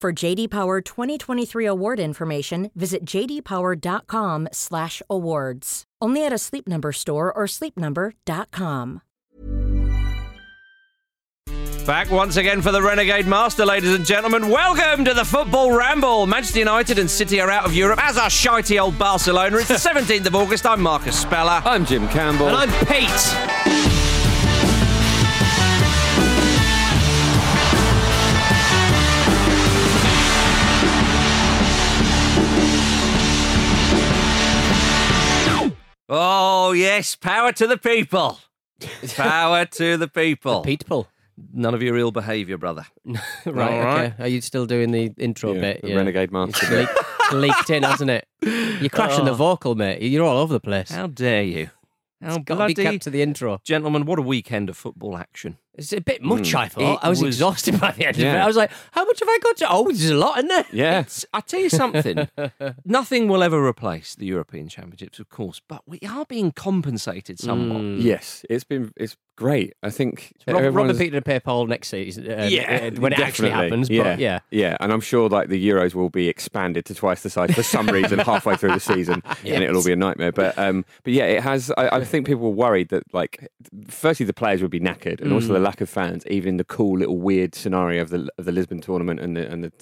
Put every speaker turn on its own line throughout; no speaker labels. For JD Power 2023 award information, visit jdpower.com/awards. Only at a Sleep Number store or sleepnumber.com.
Back once again for the Renegade Master, ladies and gentlemen. Welcome to the Football Ramble. Manchester United and City are out of Europe, as are shitey old Barcelona. It's the 17th of August. I'm Marcus Speller.
I'm Jim Campbell.
And I'm Pete. Oh, yes. Power to the people. Power to the people.
Pete Paul.
None of your ill behaviour, brother.
Right,
All right.
okay. uh, Are you still doing the intro
Yeah,
bit?
the Renegade Master
It's leak- leaked in, hasn't it? You're crashing
Oh.
the vocal, mate. You're all over the place.
How dare you? How
It's got to
bloody...
be kept to the intro.
Gentlemen, what a weekend of football action. Hmm.
It's a bit much, I thought.
It
I was,
was-
exhausted by the end of it.
Yeah.
I was like, how much have I got to? Oh, there's a lot in there.
Yeah.
It's, I tell you something, nothing will ever replace the European Championships, of course, but we are being compensated somewhat.
Hmm.
Yes, it's been it's great. I think
Mm. Rob, Robert
everyone's-
Peter and Pay Paul next season. uh,
Yeah,
uh, when it
Definitely.
actually happens.
Yeah.
But yeah.
yeah, and I'm sure like the Euros will be expanded to twice the size for some reason halfway through the season, and it'll all be a nightmare. But um, but yeah, it has. I, I think people were worried that like, firstly the players would be knackered, and
Mm.
also the lack of fans. Even the cool little weird scenario of the of the Lisbon tournament and the and the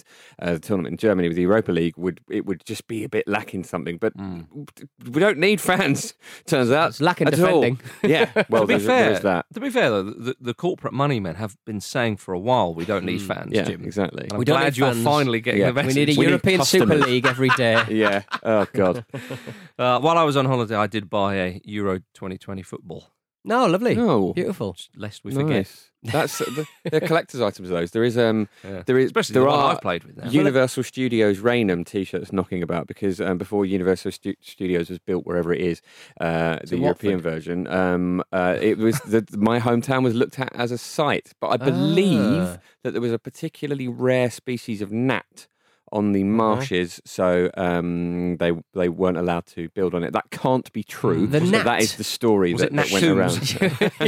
uh, tournament in Germany with the Europa League would it would just be a bit lacking something. But we don't need fans. Turns out
Mm. It's lacking
at
defending.
All. Yeah, well,
to be
there's,
fair,
there's that.
to be fair though, the, the corporate money men have been saying for a while we don't need fans,
Yeah,
Jim.
exactly.
I'm
Hmm. We don't
glad
need
you're
fans.
finally getting
Yeah.
the
We
message.
need a European Super
customers.
League every day.
yeah. Oh God.
Uh, while I was on holiday, I did buy a Euro 2020 football.
No, lovely.
No.
Beautiful.
Lest we forget,
That's the, they're collectors' items. Those there is um
Yeah.
there is
especially
there
the
are
one I've played with now.
Universal Studios Raynham T-shirts knocking about because um, before Universal Stu- Studios was built wherever it is, uh, the European version, um, uh, it was the, my hometown was looked at as a site. But I believe
Ah.
that there was a particularly rare species of gnat on the marshes, so um, they they weren't allowed to build on it. That can't be true.
The
but
gnat.
that is the story
Was
that,
it Nat
that went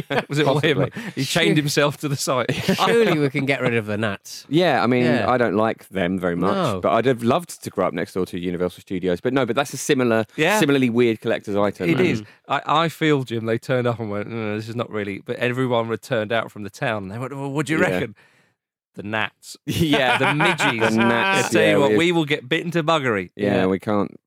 around.
was it all him?
Possibly.
He chained himself to the site.
Surely we can get rid of the gnats.
Yeah, I mean,
Yeah.
I don't like them very much,
No.
but I'd have loved to grow up next door to Universal Studios. But no, but that's a similar,
Yeah.
similarly weird collector's item.
It is. I, I feel, Jim, they turned up and went, no, this is not really. But everyone returned out from the town. And they went, well, what do you
Yeah.
reckon? The gnats.
yeah,
The midges.
The gnats,
I tell
yeah,
you what,
we-
we will get bitten to buggery.
yeah, we can't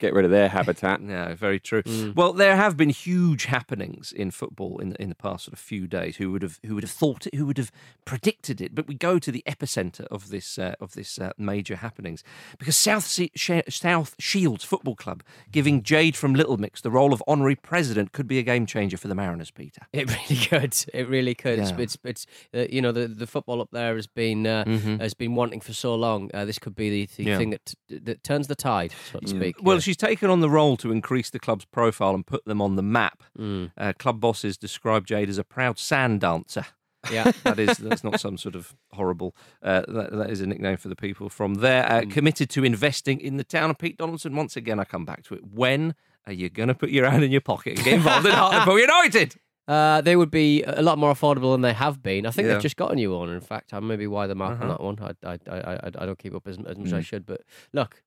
get rid of their habitat.
No, very true. Well, there have been huge happenings in football in in the past sort of few days. Who would have who would have thought it? Who would have predicted it? But we go to the epicenter of this uh, of this uh, major happenings because South Se- She- South Shields Football Club giving Jade from Little Mix the role of honorary president could be a game changer for the Mariners. Peter,
It really could. It really could.
Yeah.
It's it's, it's uh, you know the, the football up there has been uh, has been wanting for so long. Uh, this could be the, the
Mm-hmm. Yeah.
thing that that turns the tide, so to speak.
Well,
Yeah.
she's taken on the role to increase the club's profile and put them on the map. Uh, club bosses describe Jade as a proud sand dancer.
Yeah.
that is that's not some sort of horrible. Uh, that, that is a nickname for the people from there. Uh, committed to investing in the town of Pete Donaldson. Once again, I come back to it. When are you going to put your hand in your pocket and get involved in Hartlepool United?
Uh, they would be a lot more affordable than they have been. I think
Yeah. Uh-huh.
they've just got a new owner. In fact, I maybe why they're marking that one. I, I, I, I, I don't keep up as, as much as
Mm.
I should. But look,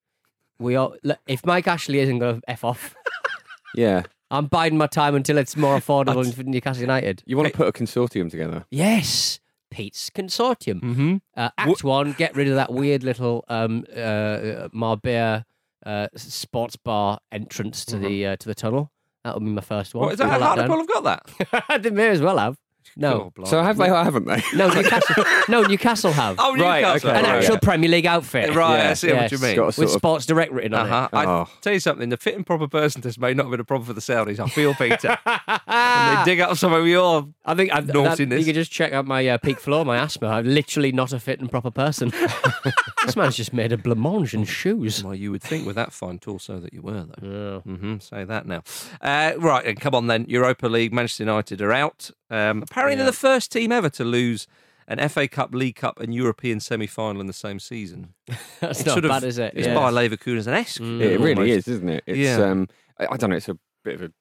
we all. Look, if Mike Ashley isn't going to f off,
Yeah.
I'm biding my time until it's more affordable for Newcastle United.
You want to put a consortium together?
Yes, Pete's consortium.
Mm-hmm.
Uh, act one, get rid of that weird little um, uh, Marbella uh, sports bar entrance to the uh, to the tunnel. That would be my first
Mm-hmm.
one.
What is that?
Pull
How
down.
Hartlepool have got that? Oh,
they may as well have. No,
God,
So
blimey.
have they? or Haven't they?
no, Newcastle. no, Newcastle have
Oh,
Right,
Newcastle.
okay,
an
right,
actual
yeah.
Premier League outfit.
Right, I
Yeah.
see what you
Yes.
mean.
Got a
with
sort of-
Sports Direct written on
Uh-huh. I
Oh.
tell you something, the fit and proper person test may not have been appropriate for the Saudis. I feel Peter. and they dig up some of your
it. I think I've, that,
Naughtiness.
you can just check out my uh, peak floor, my asthma. I'm literally not a fit and proper person. this man's just made a blancmange in shoes.
Well, you would think with that fine torso that you were, though. hmm Say that now. Uh, right, and come on then. Europa League, Manchester United are out. Um, apparently, they're the first team ever to lose an FA Cup, League Cup, and European semi final in the same season.
That's not bad, is it?
It's
Yeah. Mm.
by Leverkusen's esque.
It really is, isn't it? It's
Yeah.
um I, I don't know, it's a bit of a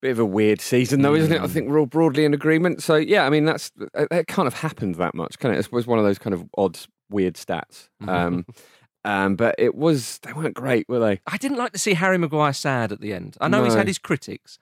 bit of a weird season though, isn't it? I think we're all broadly in agreement. So yeah, I mean that's it it can't have happened that much, can it? It was one of those kind of odd weird stats. Um um but it was they weren't great, were they?
I didn't like to see Harry Maguire sad at the end. I know he's
No.
had his critics.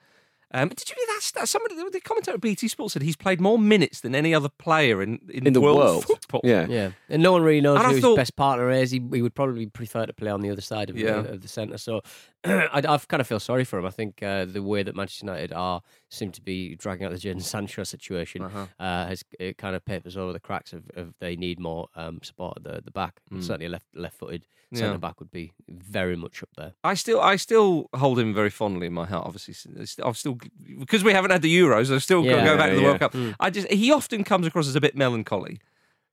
Um, did you hear that? stat? Somebody, the commentator at BT Sports said he's played more minutes than any other player in, in,
In the
world,
world.
football.
Yeah.
Yeah, and no one really knows
And I
who his
thought-
best partner is. He, he would probably prefer to play on the other side of,
Yeah.
the, of the centre. So I, I kind of feel sorry for him. I think uh, the way that Manchester United are seem to be dragging out the Jadon Sancho situation
Uh-huh.
uh has it kind of papers over the cracks of, of they need more um, support at the, the back.
Mm.
Certainly, a left left footed centre back would be very much up there.
I still, I still hold him very fondly in my heart. Obviously, I've still because we haven't had the Euros. I've still got to
Yeah.
go back to the
Yeah,
World Cup. I just he often comes across as a bit melancholy.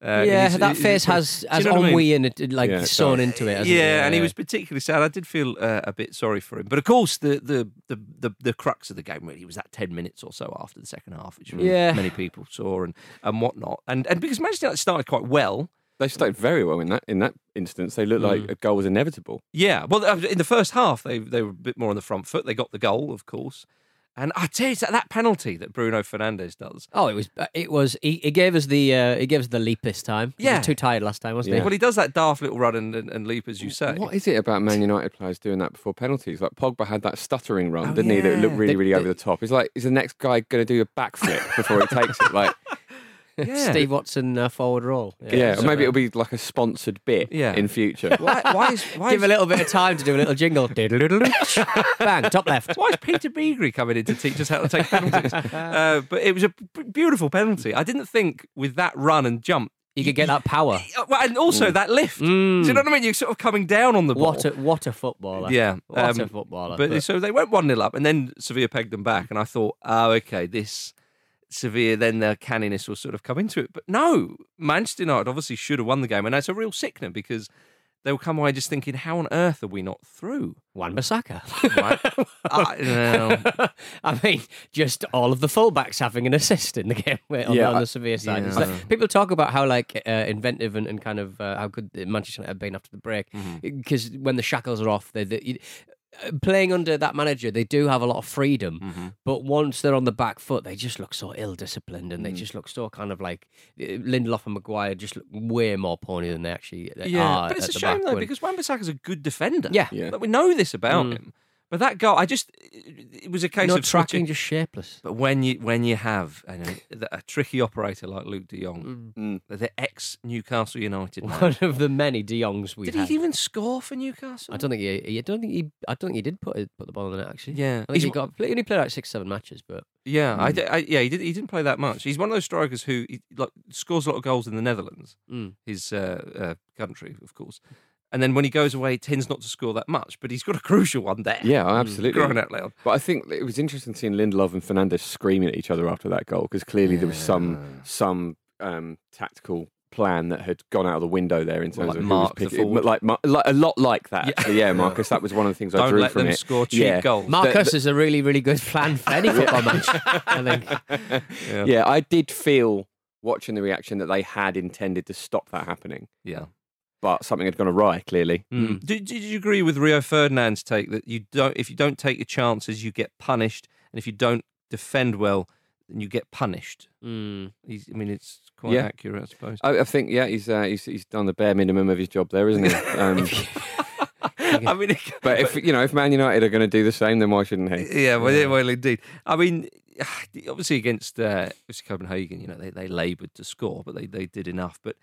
Uh, in
yeah,
his-
that
his- his-
face has
Do you
has
know what I mean?
ennui and it- it, like
Yeah, it
sewn
does.
into it.
Yeah,
hasn't it?
and he was particularly sad. I did feel uh, a bit sorry for him, but of course, the the, the the the crux of the game really was that ten minutes or so after the second half, which
Yeah.
many people saw and and whatnot, and and because Manchester United started quite well.
They started very well in that in that instance. They looked like a goal was inevitable.
Yeah, well, uh, in the first half they they were a bit more on the front foot. They got the goal, of course, and I tell you that that penalty that Bruno Fernandez does.
Oh, it was. It was. He, he gave us the. Uh, he gave us the leap this time. He was
Yeah.
too tired last time, wasn't he?
Well, he does that daft little run and, and, and leap, as you say.
What is it about Man United players doing that before penalties? Like Pogba had that stuttering run,
Oh,
didn't he? That
yeah.
looked really,
They-
really
they-
over the top. It's like, is the next guy going to do a backflip before he takes it? Like,
Yeah.
Steve Watson uh, forward roll.
yeah, or maybe it'll be like a sponsored bit
Yeah.
in future.
Why, why is why
Give
is,
a little bit of time to do a little jingle. Bang, top left.
why is Peter Beagrie coming in to teach us how to take penalties? uh, but it was a b- beautiful penalty. I didn't think with that run and jump.
You could get that power.
Uh, well, and also that lift. Do you know what I mean? You're sort of coming down on the ball.
Mm. What a what a footballer.
Yeah,
what
um,
a footballer.
But, so they went one 0 up, and then Sevilla pegged them back, and I thought, oh, okay, this Sevilla, then their canniness will sort of come into it. But no, Manchester United obviously should have won the game, and that's a real sickener because they'll come away just thinking, how on earth are we not through?
Wan Bissaka.
Right? I, no.
I mean, just all of the fullbacks having an assist in the game wait, on,
Yeah,
on
I-
the severe side. It's
yeah.
like- people talk about how like uh, inventive and, and kind of uh, how good Manchester United have been after the break
Mm-hmm.
because when the shackles are off, they. they you, uh, Playing under that manager, they do have a lot of freedom,
Mm-hmm.
but once they're on the back foot, they just look so ill-disciplined,
Mm-hmm.
and they just look so kind of like uh, Lindelof and Maguire just look way more pony than they actually uh, are.
but it's
at
a
the
shame
back
though
when-
because Wan Bissaka's a good defender.
Yeah. Mm.
Yeah.
Like, we know this about him. But that goal, I just it was a case
no
of switching-
tracking, just shapeless.
But when you when you have I know, th- a tricky operator like Luke De Jong,
Mm.
the ex Newcastle United, man.
One of the many De Jongs we
did
had.
he even score for Newcastle?
I don't think he, he. I don't think he. I don't think he did put it, put the ball in the net. Actually,
Yeah.
I think
He's
he
w-
got. Mm. He only played like six, seven matches, but
Yeah, I d I yeah, he did. He didn't play that much. He's one of those strikers who he, like scores a lot of goals in the Netherlands,
Mm.
his uh, uh, country, of course. And then when he goes away, he tends not to score that much. But he's got a crucial one there.
Yeah, absolutely.
Crying out loud.
But I think it was interesting seeing Lindelof and Fernandez screaming at each other after that goal because clearly there was some some um, tactical plan that had gone out of the window there in terms
Well, like
of who
mark the
was picking,
forward.
like, mar- like a lot like that.
Yeah.
Yeah, yeah Marcus, that was one of the things I
Don't
drew
let
from
them
it.
score cheap
yeah.
goals.
Marcus is a really, really good plan for any football match. I think.
Yeah, I did feel watching the reaction that they had intended to stop that happening.
Yeah.
But something had gone awry, clearly.
Hmm.
Mm. Do, do you agree with Rio Ferdinand's take that you don't, if you don't take your chances, you get punished, and if you don't defend well, then you get punished?
Mm.
He's, I mean, it's quite
Yeah.
accurate, I suppose.
I, I think, yeah, he's, uh, he's he's done the bare minimum of his job there, isn't he? Um,
I mean, it-
but if you know, if Man United are going to do the same, then why shouldn't he?
yeah, well, yeah, well, indeed. I mean, obviously against uh, obviously Copenhagen, you know, they, they laboured to score, but they, they did enough. But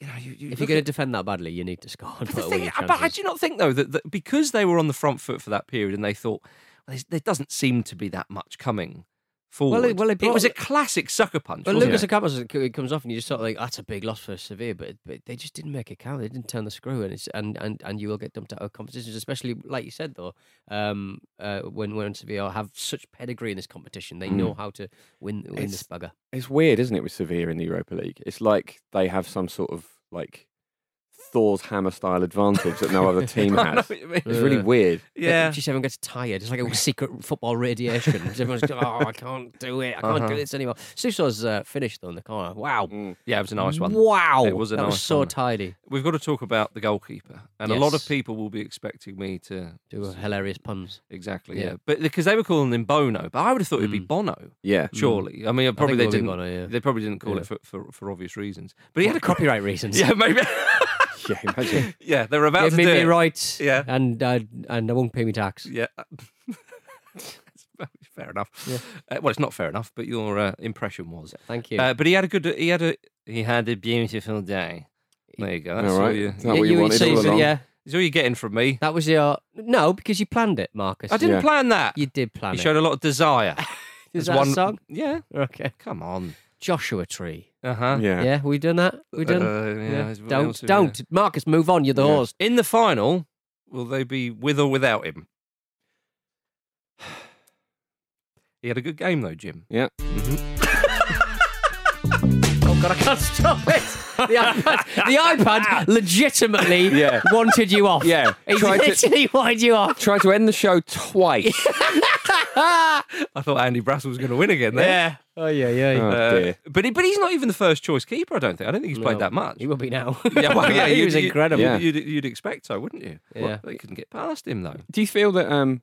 you know, you, you
If you're
look
going to
at-
defend that badly, you need to score. and
But,
put
the
away
thing,
your
but I
chances.
do not think though that, that because they were on the front foot for that period and they thought well, there's- there doesn't seem to be that much coming forward.
well, it brought-
was a classic sucker punch.
But
wasn't
Lucas
it?
Ocampos it comes off, and you just sort of like, that's a big loss for Sevilla, but, but they just didn't make it count. They didn't turn the screw, and it's and and, and you will get dumped out of competitions, especially like you said though. Um, uh, when when Sevilla have such pedigree in this competition, they know how to win win this
It's-
bugger.
It's weird, isn't it, with Sevilla in the Europa League? It's like they have some sort of like Thor's hammer style advantage that no other team
I know
has.
what you mean.
It's really weird.
Yeah.
just everyone gets tired. It's like a secret football radiation. Everyone's like, oh, I can't do it. I can't do
Uh-huh.
this anymore. Suso's uh, finished though in the corner. Wow.
Yeah, it was a nice one.
Wow.
It was a
that
nice
was so
one.
tidy.
We've got to talk about the goalkeeper, and a lot of
Yes.
people will be expecting me to
Two hilarious puns.
exactly,
Yeah.
yeah, but because they were calling him Bono, but I would have thought it'd be
Mm.
Bono.
Yeah.
Surely, I mean, probably
it
they
will be
didn't.
Bono, yeah.
They probably didn't call
Yeah.
it for, for for obvious reasons. But he had a copy.
Copyright reasons.
Yeah, maybe.
Mm. Yeah, imagine.
yeah, they were about
Give
to
me
do
me
it.
rights.
Yeah.
And uh, and I won't pay me tax.
Yeah. That's fair enough. Uh, well, it's not fair enough, but your uh, impression was.
Thank you.
Uh, but he had a good. He had a. He had a beautiful day. There you go. That's
all
all,
right.
you.
Is that what you, wanted
so
all
you said-
along?
Yeah,
That's all you're getting from me.
that was your no because you planned it, Marcus.
I didn't
Yeah.
plan that.
You did plan
He
it.
showed a lot of desire.
Is
There's
that a song?
Yeah.
Okay.
Come on.
Joshua Tree.
Uh huh.
Yeah.
Yeah, we done that. We done.
Uh,
yeah. Don't don't Marcus move on. You're the
Yeah.
horse.
In the final, will they be with or without him? He had a good game though, Jim.
Yeah.
Oh God, I can't stop it. The iPad, the iPad legitimately
Yeah.
wanted you off.
Yeah.
he
Tried to-
literally wanted you off.
Tried to end the show twice.
I thought Andy Brassel was going to win again. There.
Yeah. Oh yeah, yeah.
Oh,
Uh,
dear.
but he, but he's not even the first choice keeper. I don't think. I don't think he's played
No.
that much.
He will be now.
Yeah, well, yeah,
he
you'd-
was
you'd-
incredible.
Yeah.
You'd, you'd expect so, wouldn't you?
Yeah.
they couldn't get past him though.
Do you feel that um,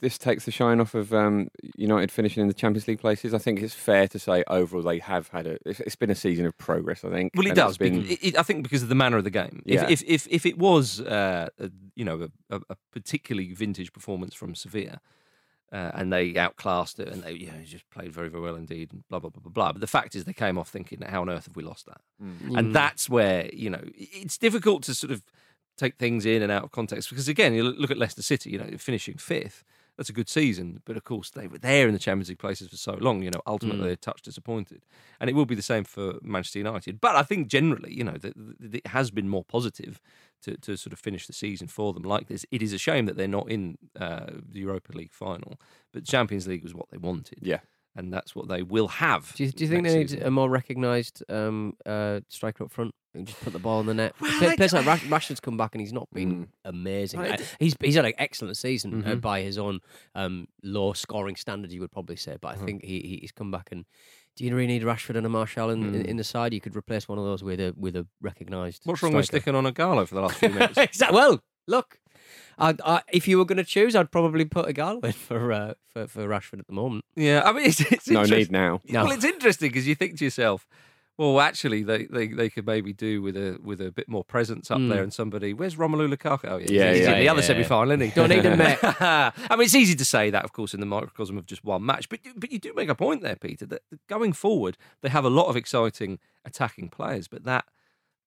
this takes the shine off of um, United finishing in the Champions League places? I think it's fair to say overall they have had a. it's- It's been a season of progress. I think.
Well, it
and it's
does.
been-
becau- it- it- I think because of the manner of the game.
Yeah.
If, if if if it was, uh, a, you know, a, a, a particularly vintage performance from Sevilla, uh, and they outclassed it, and they you know, just played very very well indeed, and blah blah blah blah blah. But the fact is, they came off thinking, how on earth have we lost that?
Mm.
And that's where you know i- it's difficult to sort of take things in and out of context because again, you l- look at Leicester City, you know, finishing fifth. That's a good season, but of course they were there in the Champions League places for so long. You know, ultimately
Mm.
they're touch disappointed, and it will be the same for Manchester United. But I think generally, you know, that that it has been more positive to, to sort of finish the season for them like this. It is a shame that they're not in uh, the Europa League final, but Champions League was what they wanted,
Yeah.
and that's what they will have.
Do you, do you think
next
they need
season.
a more recognised um, uh, striker up front? And just put the ball in the net.
Well,
Pla-
I
players
d-
like Rash- Rashford's come back and he's not been amazing.
Well, I
Uh,
d-
he's he's had an excellent season uh,
Mhm.
by his own um, low scoring standard, you would probably say. But I
Mm-hmm.
think he he- he's come back and. Do you really need Rashford and a Marshall in, in,
Mm.
in the side? You could replace one of those with a with a recognised.
What's wrong with
striker.
sticking on a Galo for the last few minutes?
Is that- well, look, I, I, if you were going to choose, I'd probably put a Galway for, uh, for for Rashford at the moment.
yeah, I mean, it's, it's
no
interest-
need now.
No.
Well, it's interesting because you think to yourself, well, actually, they, they, they could maybe do with a with a bit more presence up
Mm.
there and somebody. Where's Romelu Lukaku? Oh, yeah,
Yeah,
he's
yeah,
in the other
yeah.
semi final, isn't he?
Don't need him, mate.
I mean, it's easy to say that, of course, in the microcosm of just one match, but but you do make a point there, Peter. That going forward, they have a lot of exciting attacking players, but that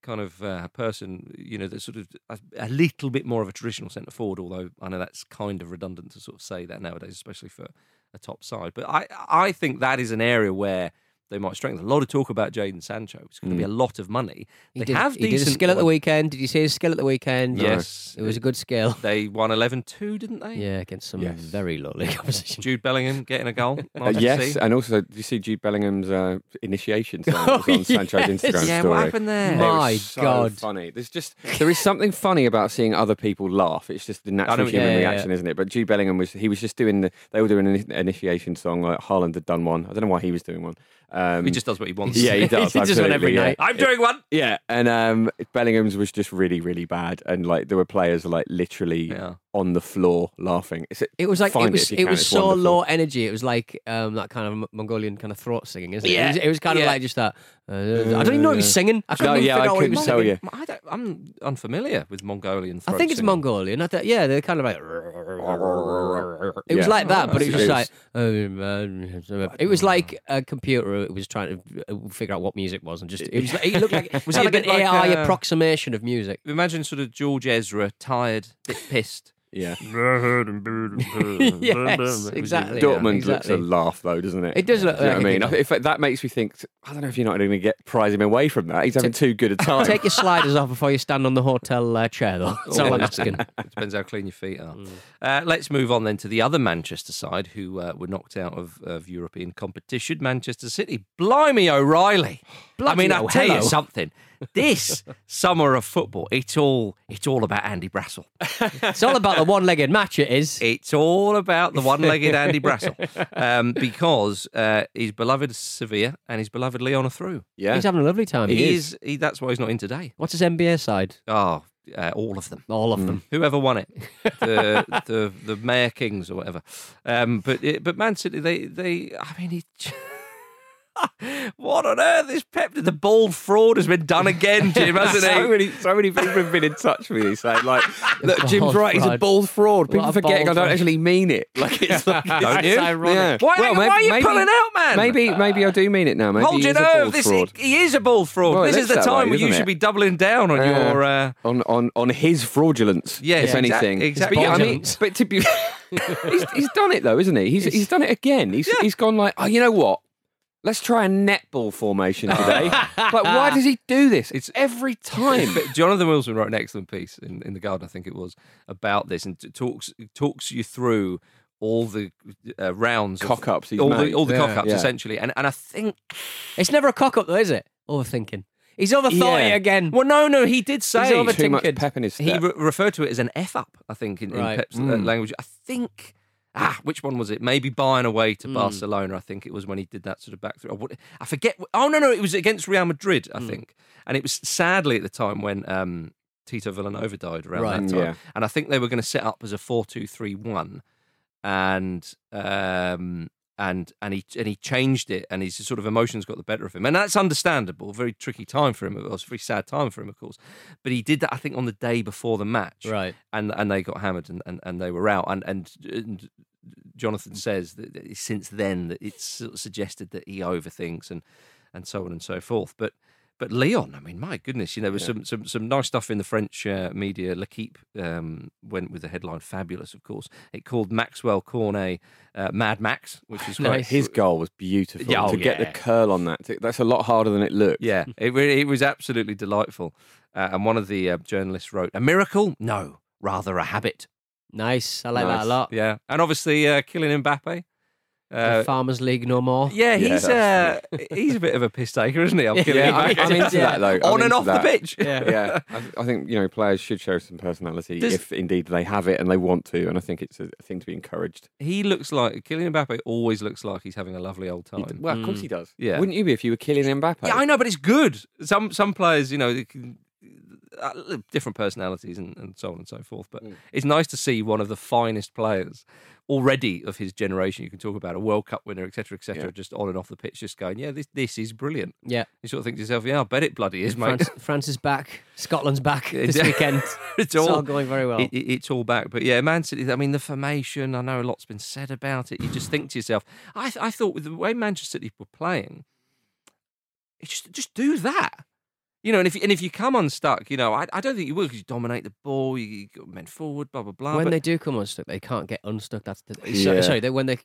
kind of uh, person, you know, that's sort of a, a little bit more of a traditional centre forward. Although I know that's kind of redundant to sort of say that nowadays, especially for a top side. But I I think that is an area where. They might strengthen. A lot of talk about Jaden Sancho. It's going to be a lot of money.
Mm. He
they
did,
have
he
decent
did a skill at the weekend. Did you see his skill at the weekend?
Yes,
It was a good skill.
They won 11-2, didn't they?
Yeah, against some
Yes.
very lowly opposition.
Jude Bellingham getting a goal.
Uh,
Nice to
yes,
see.
and also, did you see Jude Bellingham's uh, initiation sound
Oh,
was on Sancho's
yes.
Instagram
Yeah,
story?
what happened there?
It was
My
so
God.
funny! There's just there is something funny about seeing other people laugh. It's just the natural
what you
human
mean. Yeah, yeah,
reaction, isn't it? But Jude Bellingham was he was just doing the they were doing an initiation song like Haaland had done one. I don't know why he was doing one, Um,
He just does what he wants.
yeah, he does.
He does one every
absolutely, yeah.
night.
I'm doing one.
Yeah, and um, Bellingham's was just really, really bad, and like there were players like literally
Yeah.
on the floor laughing. It's,
It was like
find
it was
if you
it,
can,
was
it's
so
wonderful.
low energy. It was like um, that kind of M- Mongolian kind of throat singing, isn't it?
Yeah.
It was, it was kind
Yeah.
of like just that. Uh, I don't even know what he was singing. I couldn't
No,
even
yeah,
figure
I
out what he
couldn't
was
tell
singing.
you.
I don't, I'm unfamiliar with Mongolian.
I
throat
think it's
singing.
Mongolian. I don't- yeah, they're kind of like. It was
Yeah.
like that, but it was
It
just like. um, uh, It was like a computer. It was trying to uh, figure out what music was, and just it was. Like, it looked like was
it a
that like an
bit like,
AI
uh,
approximation of music?
Imagine sort of George Ezra, tired, bit pissed.
Yeah,
yes, exactly.
Dortmund looks
exactly.
a laugh though, doesn't it?
It does look
Do you know
like
what I
it
mean,
does.
in fact, that makes me think. I don't know if United are going to get prize him away from that. He's having too good a time.
Take your sliders off before you stand on the hotel uh, chair, though. That's all I'm asking.
It depends how clean your feet are.
Mm.
Uh, let's move on then to the other Manchester side who uh, were knocked out of, of European competition, Manchester City. Blimey O'Reilly. I
Bloody
mean, I'll
hell,
tell you
hello.
something. This summer of football, it's all it's all about Andy Brassel.
It's all about the one-legged match. It is.
It's all about the one-legged Andy Brassel um, because uh, his beloved Sevilla and his beloved Leon are through.
yeah,
He's having a lovely time.
He is. he, that's why he's not in today.
What's his NBA side?
Oh, uh, all of them.
All of them.
Whoever won it, the the the Mayor Kings or whatever. Um, but it, but Man City, they they. I mean, he. What on earth is Pep? The bald fraud has been done again, Jim, hasn't
so
it?
many, so many people have been in touch with me saying like, "Look,
Bald
Jim's right. He's a
fraud.
bald fraud. People
What a
forgetting I
bald
don't
fraud.
actually mean it. Like it's like
Don't you?
Yeah.
Why,
Well,
why are you
maybe-
pulling out, man?
Maybe, maybe I do mean it now. Maybe
Hold
he
your
is a
nerve.
bald
This
fraud.
he is a ball fraud.
Well, it
this is
looks
the
that
time
way,
where you
doesn't
should
it?
be doubling down on
Uh,
your. Uh,
on on on his fraudulence.
Yeah,
if
yeah, exact-
anything,
exact-
But, yeah, I mean,
fraudulence.
but to be, he's, he's done it though, isn't he? He's he's done it again. He's he's gone like, oh, you know what? Let's try a netball formation today. like, why does he do this? It's every time.
But Jonathan Wilson wrote an excellent piece in, in the Guardian, I think it was, about this and t- talks talks you through all the uh, rounds, of-
Cock-ups he's
all the
made.
all the
Yeah,
cock ups
yeah.
essentially, and and I think
It's never a cock up, though, is it? Overthinking. He's overthought
Yeah.
it again.
well, no, no, he did
He's
say
over-
too much
overthinking.
pep in his
he
step.
re- referred to it as an f up, I think, in,
Right. Hmm.
in Pep's uh, language. I think. Ah, which one was it? Maybe buying away
Hmm.
to Barcelona. I think it was when he did that sort of back through. Or what- I forget. Oh no, no, it was against Real Madrid,
Hmm.
I think. And it was sadly at the time when um, Tito Villanova died around
Right.
that time.
Yeah.
And I think they were going to set up as a four-two-three-one, and um, and and he and he changed it, and his sort of emotions got the better of him, and that's understandable. Very tricky time for him. It was a very sad time for him, of course. But he did that, I think, on the day before the match,
Right.
And and they got hammered, and, and, and they were out. And and, and Jonathan says that that since then that it's sort of suggested that he overthinks and and so on and so forth. But but Leon, I mean, my goodness, you know, there was some, some some nice stuff in the French uh, media. L'Equipe um, went with the headline "Fabulous," of course. It called Maxwell Cornet uh, Mad Max, which is quite
Nice.
his goal was beautiful.
Yeah, oh,
to get
yeah.
the curl on that, that's a lot harder than it looked.
Yeah, it really, it was absolutely delightful. Uh, and one of the uh, journalists wrote, "A miracle? No, rather a habit."
Nice. I like
Nice.
that a lot.
Yeah, and obviously uh, Kylian Mbappe.
the
Uh,
Farmers League no more.
yeah, he's
Yeah.
uh, he's a bit of a piss taker, isn't he? I'm Kylian
Yeah,
Mbappe.
I- I'm into
Yeah.
that though. I'm
on and
into
off
that.
the pitch.
yeah, I, I think you know players should show some personality
Does-
if indeed they have it and they want to, and I think it's a thing to be encouraged.
He looks like Kylian Mbappe always looks like he's having a lovely old time.
Well, of course he does.
Yeah.
wouldn't you be if you were killing Mbappe?
Yeah, I know, but it's good. Some some players, you know, they can, uh, different personalities and, and so on and so forth.
Mm.
But it's nice to see one of the finest players already of his generation. You can talk about a World Cup winner, etc., cetera, etc.,
Yeah.
just on and off the pitch, just going, yeah, this this is brilliant.
Yeah.
You sort of think to yourself, yeah, I bet it bloody is, mate.
France, France is back. Scotland's back
It-
this weekend.
it's
all,
all
going very well.
It, it- it's all back. But yeah, Man City. I mean, the formation. I know a lot's been said about it. You just think to yourself, I, th- I thought with the way Manchester City were playing, it just just do that. You know, and if you- and if you come unstuck, you know, I, I don't think you will 'cause you dominate the ball, you, you got men forward, blah blah blah.
when
but
they do come unstuck, they can't get unstuck. That's the, so-
Yeah.
sorry. They, when they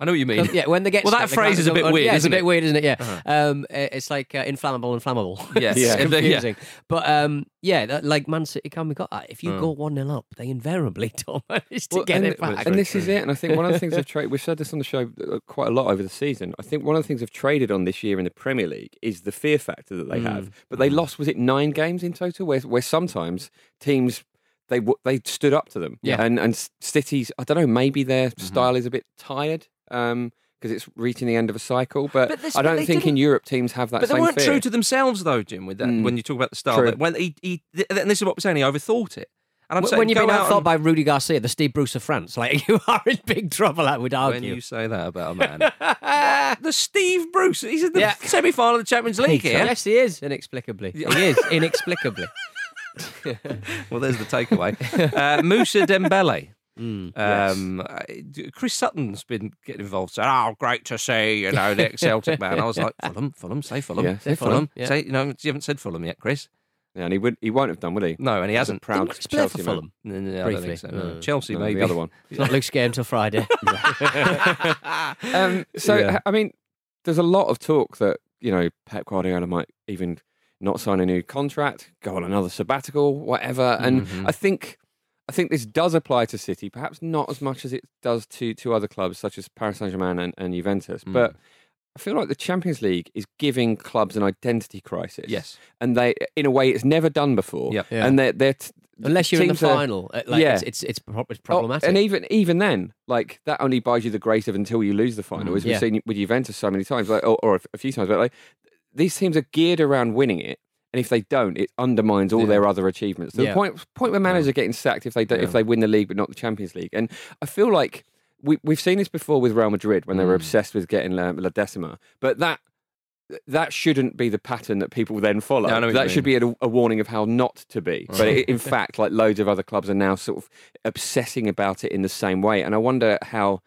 I know what you mean.
yeah, when they get
Well, that
stuck, they
phrase
can't-
is a bit weird,
Yeah, it's
isn't
a
it?
bit weird, isn't it? Yeah.
Uh-huh.
Um, i- it's like uh, inflammable, inflammable.
Yes.
it's
Yeah.
confusing. But um, yeah, that, like Man City can be got that. If you
Mm.
go one 0 up, they invariably don't manage to
Well,
get
and,
it back.
and this is it. And I think one of the things I've traded, we've said this on the show uh, quite a lot over the season. I think one of the things I've traded on this year in the Premier League is the fear factor that they
Hmm.
have. But they lost, was it nine games in total? Where, where sometimes teams. They, w- they stood up to them.
Yeah.
Mm-hmm.
And, and City's, I don't know, maybe their style is a bit tired. Um, because it's reaching the end of a cycle. But,
But this-
I
but
don't
they
think in
didn't-
Europe teams have that.
But they
same
weren't
fear.
true to themselves, though, Jim. With that,
Mm.
when you talk about the style,
True.
that when he, he th- and this is what we're saying. He overthought it, and I'm
When-
saying
when you've
go
been
out
outthought
and-
by Rudy Garcia, the Steve Bruce of France, like you are in big trouble. I would
when
argue.
you say that about a man, the Steve Bruce, he's in the
Yeah.
semi-final of the Champions League here.
Yes, he is inexplicably. He is inexplicably.
Well, there's the takeaway. uh, Musa Dembele.
Mm.
um, uh, Chris Sutton's been getting involved. Saying, "Oh, great to see you know the ex-Celtic man." I was like, "Fulham, Fulham, say Fulham,
Yeah,
say
say
Fulham,
Fulham, yeah.
say you know you haven't said Fulham yet, Chris."
Yeah, and he would. He won't have done, would he?
No, and he hasn't.
proud
Didn't Chris play for
Chelsea man.
Fulham?
No, no, no, I don't
Briefly.
think so. no.
No.
Chelsea,
No,
maybe
the other one.
It's not Luke's game till Friday.
Um, so
Yeah.
h- I mean, there's a lot of talk that you know Pep Guardiola might even not sign a new contract, go on another sabbatical, whatever. And
Mm-hmm.
I think I think this does apply to City, perhaps not as much as it does to to other clubs such as Paris Saint Germain and, and Juventus,
Mm.
but. I feel like the Champions League is giving clubs an identity crisis.
Yes.
and they, in a way, it's never done before.
Yep.
Yeah.
and they're, they're t-
Unless you're in the
teams are-
final, uh, like,
yeah.
it's, it's it's pro- it's
Oh,
problematic.
and even even then, like that only buys you the grace of until you lose the final, as we've
Mm, Yeah.
seen with Juventus so many times, like or, or a few times. But like these teams are geared around winning it, and if they don't, it undermines all their other achievements. To
Yeah.
The point point where managers are getting sacked if they don't, if they win the league but not the Champions League. And I feel like we we've seen this before with Real Madrid when they
Mm.
were obsessed with getting La, La Decima, but that. That shouldn't be the pattern that people then follow.
Yeah, I know what you
that should be a, a warning of how not to be. But it, in fact, like loads of other clubs are now sort of obsessing about it in the same way. And I wonder how.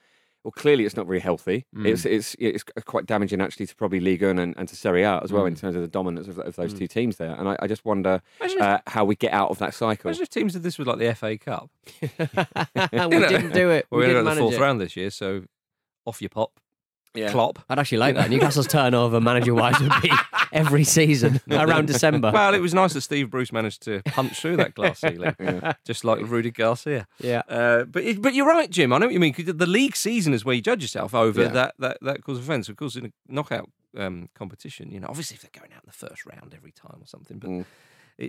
Well, clearly it's not very healthy.
Mm.
It's it's it's quite damaging actually to probably Ligue 1 and, and to Serie A as
Mm.
well in terms of the dominance of, of those two teams there. And I, I just wonder
Imagine if-
uh, how we get out of that cycle.
Imagine if teams did this with like the FA Cup.
And we didn't do it.
Well, we,
we
only got
didn't
the
manage
fourth
it.
round this year, so off your pop,
Yeah.
Klopp.
I'd actually like that. Newcastle's turnover manager wise would be every season around December.
Well, it was nice that Steve Bruce managed to punch through that glass ceiling, just like Rudy Garcia.
Yeah.
Uh, but it- but you're right, Jim. I know what you mean. 'cause the league season is where you judge yourself over
Yeah.
that, that that cause of offence. Of course, in a knockout um, competition, you know, obviously if they're going out in the first round every time or something, but.
Mm.
it-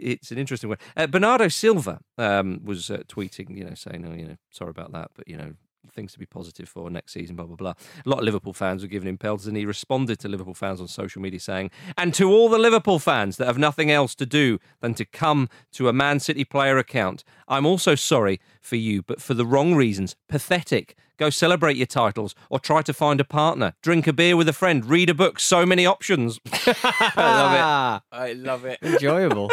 It's an interesting one. Uh, Bernardo Silva um, was uh, tweeting, you know, saying, "Oh, you know, sorry about that, but you know, things to be positive for next season." Blah blah blah. A lot of Liverpool fans were giving him pelts, and he responded to Liverpool fans on social media saying, "And to all the Liverpool fans that have nothing else to do than to come to a Man City player account, I'm also sorry for you, but for the wrong reasons. Pathetic." Go celebrate your titles or try to find a partner. Drink a beer with a friend. Read a book. So many options. Ah.
I love it. I love it. Enjoyable.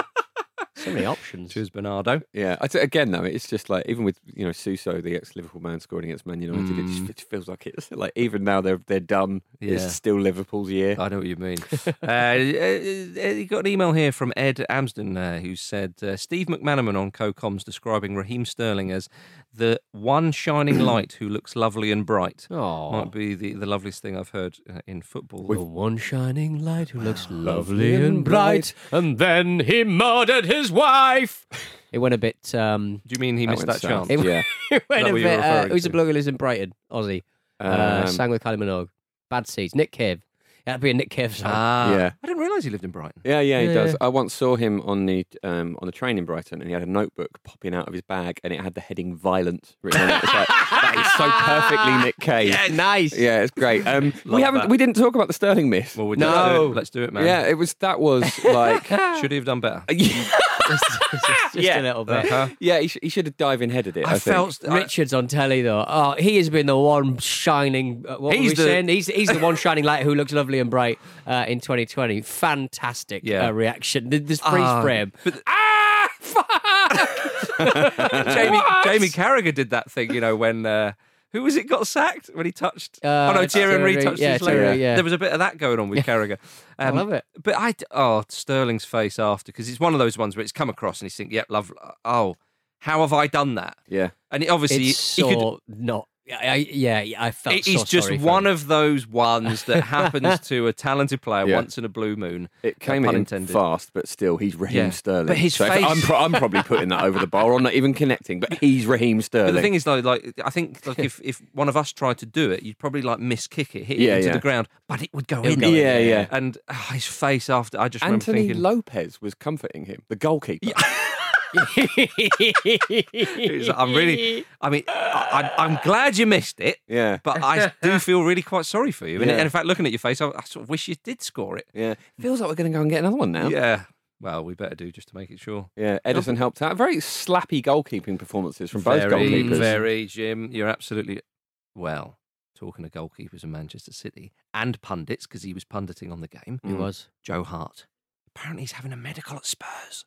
so many options.
Cheers, Bernardo.
Yeah. I t- again, though, it's just like even with you know Suso, the ex-Liverpool man, scoring against Man United, it just it feels like it's like even now they're they're done.
Mm. Yeah. Oh,
It's still Liverpool's year.
I know what you mean. uh, uh, you got an email here from Ed Amsden uh, who said uh, Steve McManaman on CoComs describing Raheem Sterling as the one shining light who looks lovely and bright.
Aw.
Might be the, the loveliest thing I've heard uh, in football.
The one shining light who looks lovely and bright, and then he murdered his wife. It went a bit. Um,
Do you mean he
That
missed
went
that chance?
south.
it
Yeah.
it went
that
a
what you're
bit. Uh,
referring
who's a
to?
bloke who lives in Brighton? Aussie. uh,
Um,
sang with Kylie Minogue. Bad seeds. Nick Cave. That'd be a Nick Cave song.
Ah,
Yeah.
I didn't realise he lived in Brighton.
Yeah, yeah, he
Yeah,
does.
yeah.
I once saw him on the um, on the train in Brighton, and he had a notebook popping out of his bag, and it had the heading "violent" written on it. It's like, that is so perfectly Nick Cave. Yeah,
nice.
it's great. Um,
Love
we haven't,
that.
we didn't talk about the Sterling miss.
Well, we'll just do
No.
it. let's do it, man.
yeah, it was that was like,
Should he have done better?
just just a
Yeah.
little bit.
Uh-huh.
yeah, he, sh- he should have diving headed it. I,
I
think.
felt
Richards on telly though. Oh, he has been the one shining. Uh, what
He's
he's we
the-
saying? He's he's the one shining light who looks lovely and bright uh, in 2020. Fantastic
Yeah.
uh, reaction. Th- This freeze
Ah,
frame.
ah, fuck! Jamie, Jamie Carragher did that thing, you know, when. Uh, who was it got sacked when he touched?
Uh,
oh no,
it's
Tyrion
Thierry,
retouched
yeah,
his leg.
Thierry, yeah.
There was a bit of that going on with Carragher. Um,
I love it.
But I d- oh Sterling's face after because it's one of those ones where it's come across and he's thinking, "Yep, love. Oh, how have I done that?"
yeah,
And he obviously
It's
he
so
could
not. I, I, yeah, I felt.
it
so
is just
sorry for
one
him.
of those ones that happens to a talented player
Yeah.
once in a blue moon.
it came
pun
in
intended.
fast, but still, he's Raheem
Yeah.
Sterling.
But his
So if-
face-
I'm, pro- I'm probably putting that over the bar. I'm not even connecting, but he's Raheem Sterling.
But the thing is, though, like I think, like if, if one of us tried to do it, you'd probably like miss kick it, hit
Yeah,
it into
yeah.
the ground, but it would go
It would
in.
go in,
Yeah, yeah. yeah.
And ah, his face after, I just remember
Anthony
thinking,
Lopez was comforting him, the goalkeeper.
It's like, I'm really, I mean, I, I, I'm glad you missed it,
Yeah.
but I do feel really quite sorry for you. And,
Yeah.
in fact, looking at your face, I, I sort of wish you did score it.
Yeah. Feels like we're going to go and get another one now.
Yeah. Well, we better do just to make it sure.
Yeah, Edison helped out. Very slappy goalkeeping performances from both
Very,
goalkeepers.
Very, Jim. You're absolutely well. Talking of goalkeepers in Manchester City and pundits, because he was punditing on the game.
He was.
Joe Hart. Apparently, he's having a medical at Spurs.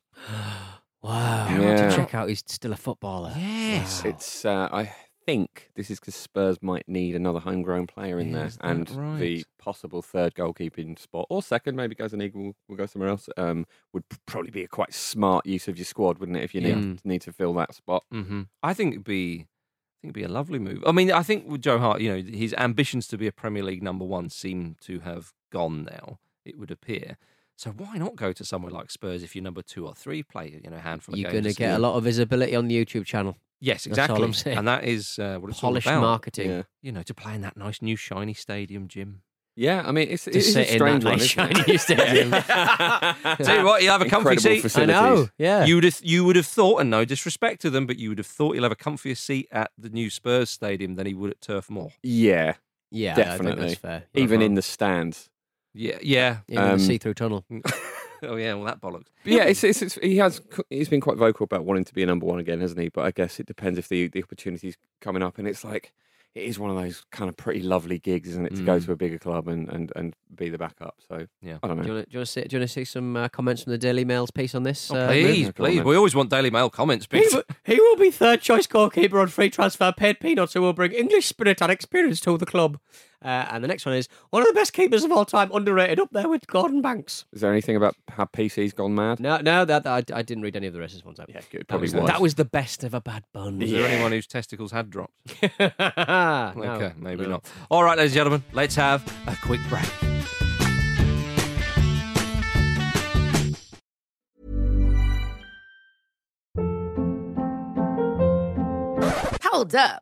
Wow.
Yeah.
To check out, he's still a footballer.
Yes.
Wow.
It's uh, I think this is because Spurs might need another homegrown player in there,
Is that
and the
right?
possible third goalkeeping spot or second, maybe goes an eagle, will go somewhere else. Um, would p- probably be a quite smart use of your squad, wouldn't it? If you
Yeah.
need need to fill that spot.
hmm I think it'd be, I think it'd be a lovely move. I mean, I think with Joe Hart, you know, his ambitions to be a Premier League number one seem to have gone now. It would appear. So why not go to somewhere like Spurs if you're number two or three? Play you know a handful of
You're
games.
going to get a lot of visibility on the YouTube channel.
Yes,
That's all
exactly.
I'm saying.
And that is uh, what it's all
Polished
about.
marketing.
Yeah,
you know, to play in that nice new shiny stadium, Jim.
yeah. I mean, it's,
To
it's a
sit in
strange
that
one.
nice
isn't it?
shiny stadium.
Tell you what, you'll have a comfy
Incredible
seat.
I
facilities.
know. Yeah.
You would have, you would have thought, and no disrespect to them, but you would have thought you'll have a comfier seat at the new Spurs stadium than he would at Turf Moor.
Yeah,
yeah. Uh-huh. I think
definitely.
that's fair. Yeah.
even in the stands.
Yeah, yeah.
Even in
um,
the see-through tunnel.
oh yeah, well that bollocks.
But yeah, it's, it's, it's he has c- he's been quite vocal about wanting to be a number one again, hasn't he? But I guess it depends if the the opportunity's coming up, and it's like it is one of those kind of pretty lovely gigs, isn't it, to go
Mm.
to a bigger club and and and be the backup. So
Yeah.
I don't
Do you
know.
want to see, do you want to see some uh, comments from the Daily Mail's piece on this?
Oh,
uh,
please,
Go on
please.
then.
We always want Daily Mail comments.
He,
Please.
w- he will be third choice goalkeeper on free transfer. Paid peanuts who will bring English spirit and experience to the club. Uh, and the next one is one of the best keepers of all time, underrated up there with Gordon Banks.
Is there anything about how PC's gone mad?
No, no, that, that I, I didn't read any of the rest of this one. Sam.
Yeah, good.
that
Probably
was,
was.
the, that was the best of a bad bun.
Is there anyone whose testicles had dropped?
No.
Okay, maybe not. All right, ladies and gentlemen, let's have a quick break.
Hold up.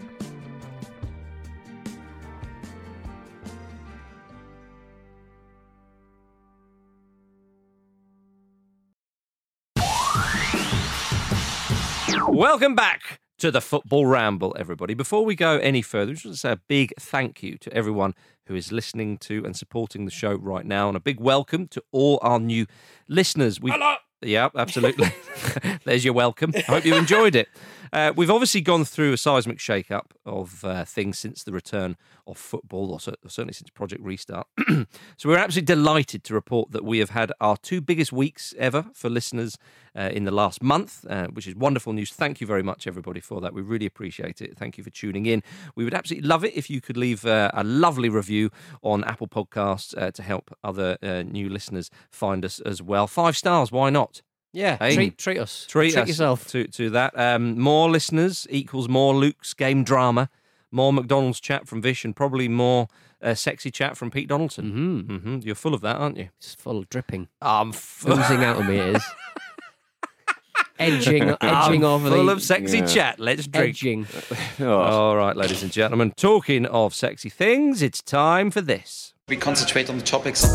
Welcome back to the Football Ramble, everybody. Before we go any further, I just want to say a big thank you to everyone who is listening to and supporting the show right now, and a big welcome to all our new listeners. We, Hello. Yeah, absolutely. There's your welcome. I hope you enjoyed it. Uh, we've obviously gone through a seismic shake-up of uh, things since the return of football, or cer- certainly since Project Restart. so we're absolutely delighted to report that we have had our two biggest weeks ever for listeners uh, in the last month, uh, which is wonderful news. Thank you very much, everybody, for that. We really appreciate it. Thank you for tuning in. We would absolutely love it if you could leave uh, a lovely review on Apple Podcasts uh, to help other uh, new listeners find us as well. Five stars, why not?
Yeah,
Hey.
treat, treat us.
Treat, us
yourself.
to to that. Um, more listeners equals more Luke's game drama, more McDonald's chat from Vish, and probably more uh, sexy chat from Pete Donaldson.
Mm,
hmm You're full of that, aren't you?
it's full of dripping,
I'm full,
oozing out of me. It is edging, edging over
full
the
of sexy
Yeah.
chat. Let's drink.
edging.
Oh,
All right, ladies and gentlemen. Talking of sexy things, it's time for this.
We concentrate on the topics.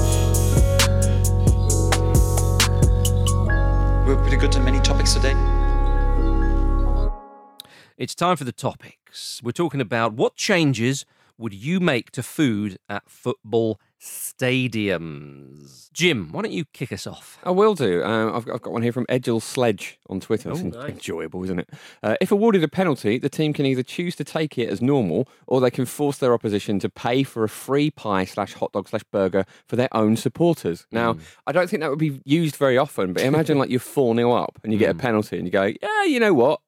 We're pretty good in many topics today.
It's time for the topics. We're talking about what changes would you make to food at football stadiums. Jim, why don't you kick us off?
I will do. Um, I've, got- I've got one here from Edgel Sledge on
Oh,
Twitter. It's en- enjoyable, isn't it? Uh, if awarded a penalty, the team can either choose to take it as normal, or they can force their opposition to pay for a free pie slash hot dog slash burger for their own supporters. Now,
Hmm.
I don't think that would be used very often, but imagine like you're four 0 up and you
Hmm.
get a penalty and you go, yeah, you know what?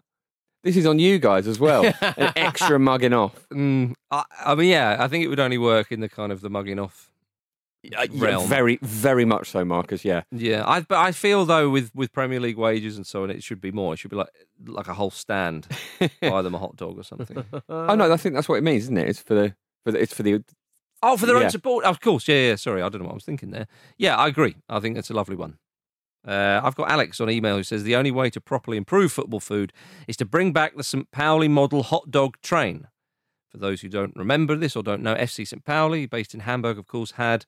This is on you guys as well. An extra mugging off. Uh,
Mm, I, I mean, yeah, I think it would only work in the kind of the mugging off
Uh, yeah,
realm.
very, very much so, Marcus. Yeah.
yeah, I, but I feel though with, with Premier League wages and so on, it should be more. It should be like like a whole stand, buy them a hot dog or something.
oh
Uh.
no, I think that's what it means, isn't it? It's for the, for the it's for the
Oh, for their
Yeah.
own support, of course. Yeah, yeah. Sorry, I don't know what I was thinking there. Yeah, I agree. I think that's a lovely one. Uh, I've got Alex on email who says the only way to properly improve football food is to bring back the St. Pauli model hot dog train. For those who don't remember this or don't know, FC St. Pauli, based in Hamburg, of course, had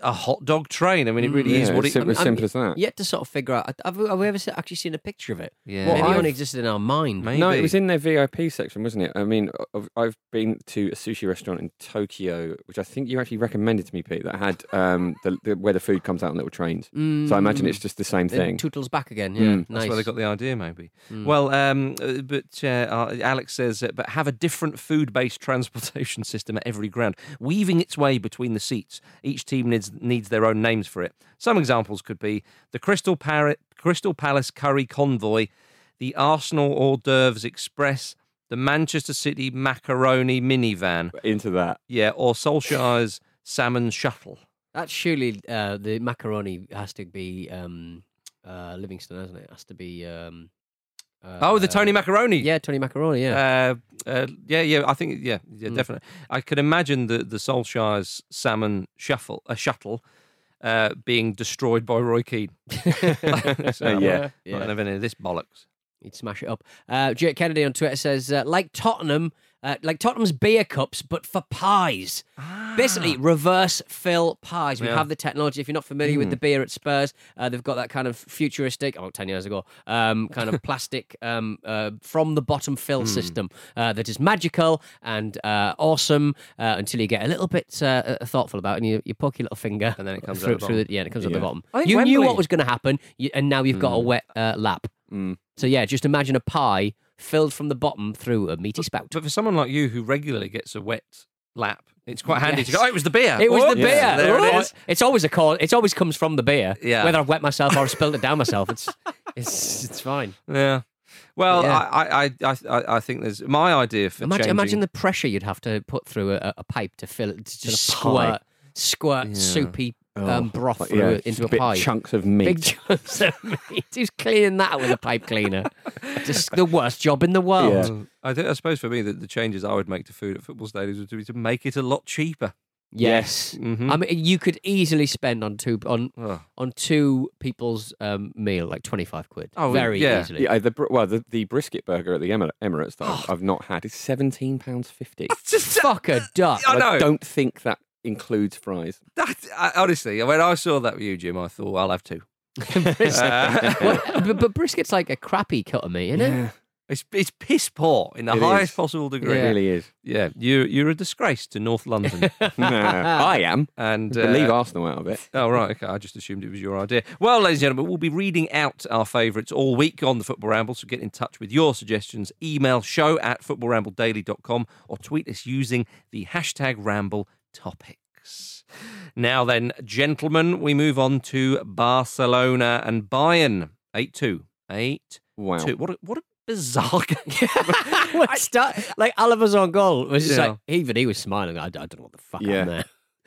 a hot dog train. I mean, it really is
Mm, Yeah,
what
it's
it.
sim- as
I mean,
simple as that.
Yet to sort of figure out. Have, we- have we ever se- actually seen a picture of it?
Yeah.
Maybe
Well,
it
I've-
only existed in our mind.
Maybe.
No, it was in their VIP section, wasn't it? I mean, I've- I've been to a sushi restaurant in Tokyo, which I think you actually recommended to me, Pete, that had um, the, the, where the food comes out on little trains. So I imagine
Mm.
it's just the same
Then
thing.
Tootles back again. Yeah,
Mm.
nice.
Hmm,
Hmm.
That's where they got the idea, maybe. Well, um, uh, but uh, uh, Alex says, uh, but have a different food based transportation system at every ground, weaving its way between the seats. Each team needs, needs their own names for it. Some examples could be the Crystal, Parrot, Crystal Palace Curry Convoy, the Arsenal Hors d'Oeuvres Express, the Manchester City Macaroni Minivan,
Into that.
yeah, or Solskjaer's Salmon Shuttle.
That's surely uh, the macaroni has to be um, uh, Livingston, hasn't it? has to be. Um, uh,
oh, the Tony Macaroni.
Yeah, Tony Macaroni. Yeah.
Uh, uh, yeah, yeah, I think, yeah, yeah,
Mm.
definitely. I could imagine the the Solskjaer's salmon shuffle, a shuttle, uh, being destroyed by Roy Keane. So I'm
Yeah.
not,
Yeah.
not having any of this bollocks.
He'd smash it up. Uh, Jake Kennedy on Twitter says, uh, like Tottenham, uh, like Tottenham's beer cups, but for pies. Basically, reverse fill pies. We
Ah. Yeah. Hmm.
have the technology. If you're not familiar with the beer at Spurs, uh, they've got that kind of futuristic, oh, 10 years ago, um, kind of plastic um, uh, from the bottom fill
Hmm.
system uh, that is magical and uh, awesome uh, until you get a little bit uh, thoughtful about it and you, you poke your little finger. And
then it comes out
through,
the
through
bottom.
the, Yeah, and it comes out the
Yeah.
bottom.
I think
You knew
Wembley-
what was going to happen, you, and now you've got a wet uh, lap. So yeah, just imagine a pie filled from the bottom through a meaty spout.
But for someone like you who regularly gets a wet lap, it's quite handy to go. Oh, it was the beer.
It was the
Whoops,
beer.
Yeah.
There it is.
It's always a call. It always comes from the beer.
Yeah.
Whether I've wet myself or I've spilled it down myself, it's it's it's fine.
Yeah. Well,
Yeah.
I, I, I, I, I think there's my idea for
Imagine,
changing.
imagine the pressure you'd have to put through a, a pipe to fill it to just
a pie.
squirt squirt soupy um, broth
Like,
through
yeah,
a-
just
into a
bit
pie.
Chunks of meat.
Big chunks of meat. Who's cleaning that with a pipe cleaner? Just the worst job in the world.
Yeah.
I, think- I suppose for me that the changes I would make to food at football stadiums would be to make it a lot cheaper.
Yes.
Mhm.
I mean, you could easily spend on two on
Ugh.
on two people's um, meal like twenty five quid.
Oh,
very
yeah.
easily.
Yeah, the, br- well, the, the brisket burger at the Emir- Emirates that
Oh.
I've, I've not had is seventeen pounds fifty.
Fuck a duck.
I know.
don't think that includes fries.
That I, honestly, when I saw that with you, Jim, I thought I'll have two.
What- but, but brisket's like a crappy cut of meat, isn't it?
It's it's piss poor in the
It
highest
is.
possible
It
degree.
really is.
Yeah, you you're a disgrace to North London.
No, I am.
and uh,
Believe Arsenal out of it.
Oh, right. Okay. I just assumed it was your idea. Well, ladies and gentlemen, we'll be reading out our favourites all week on the Football Ramble. So get in touch with your suggestions. Email show at footballrambledaily.com or tweet us using the hashtag ramble topics. Now, then, gentlemen, we move on to Barcelona and Bayern. 8 2. 8
Wow.
2. What a, what a bizarre game.
Well, start, like Oliver's on goal was just
Yeah.
like even he was smiling. I, I don't know what the fuck
Yeah.
I'm there.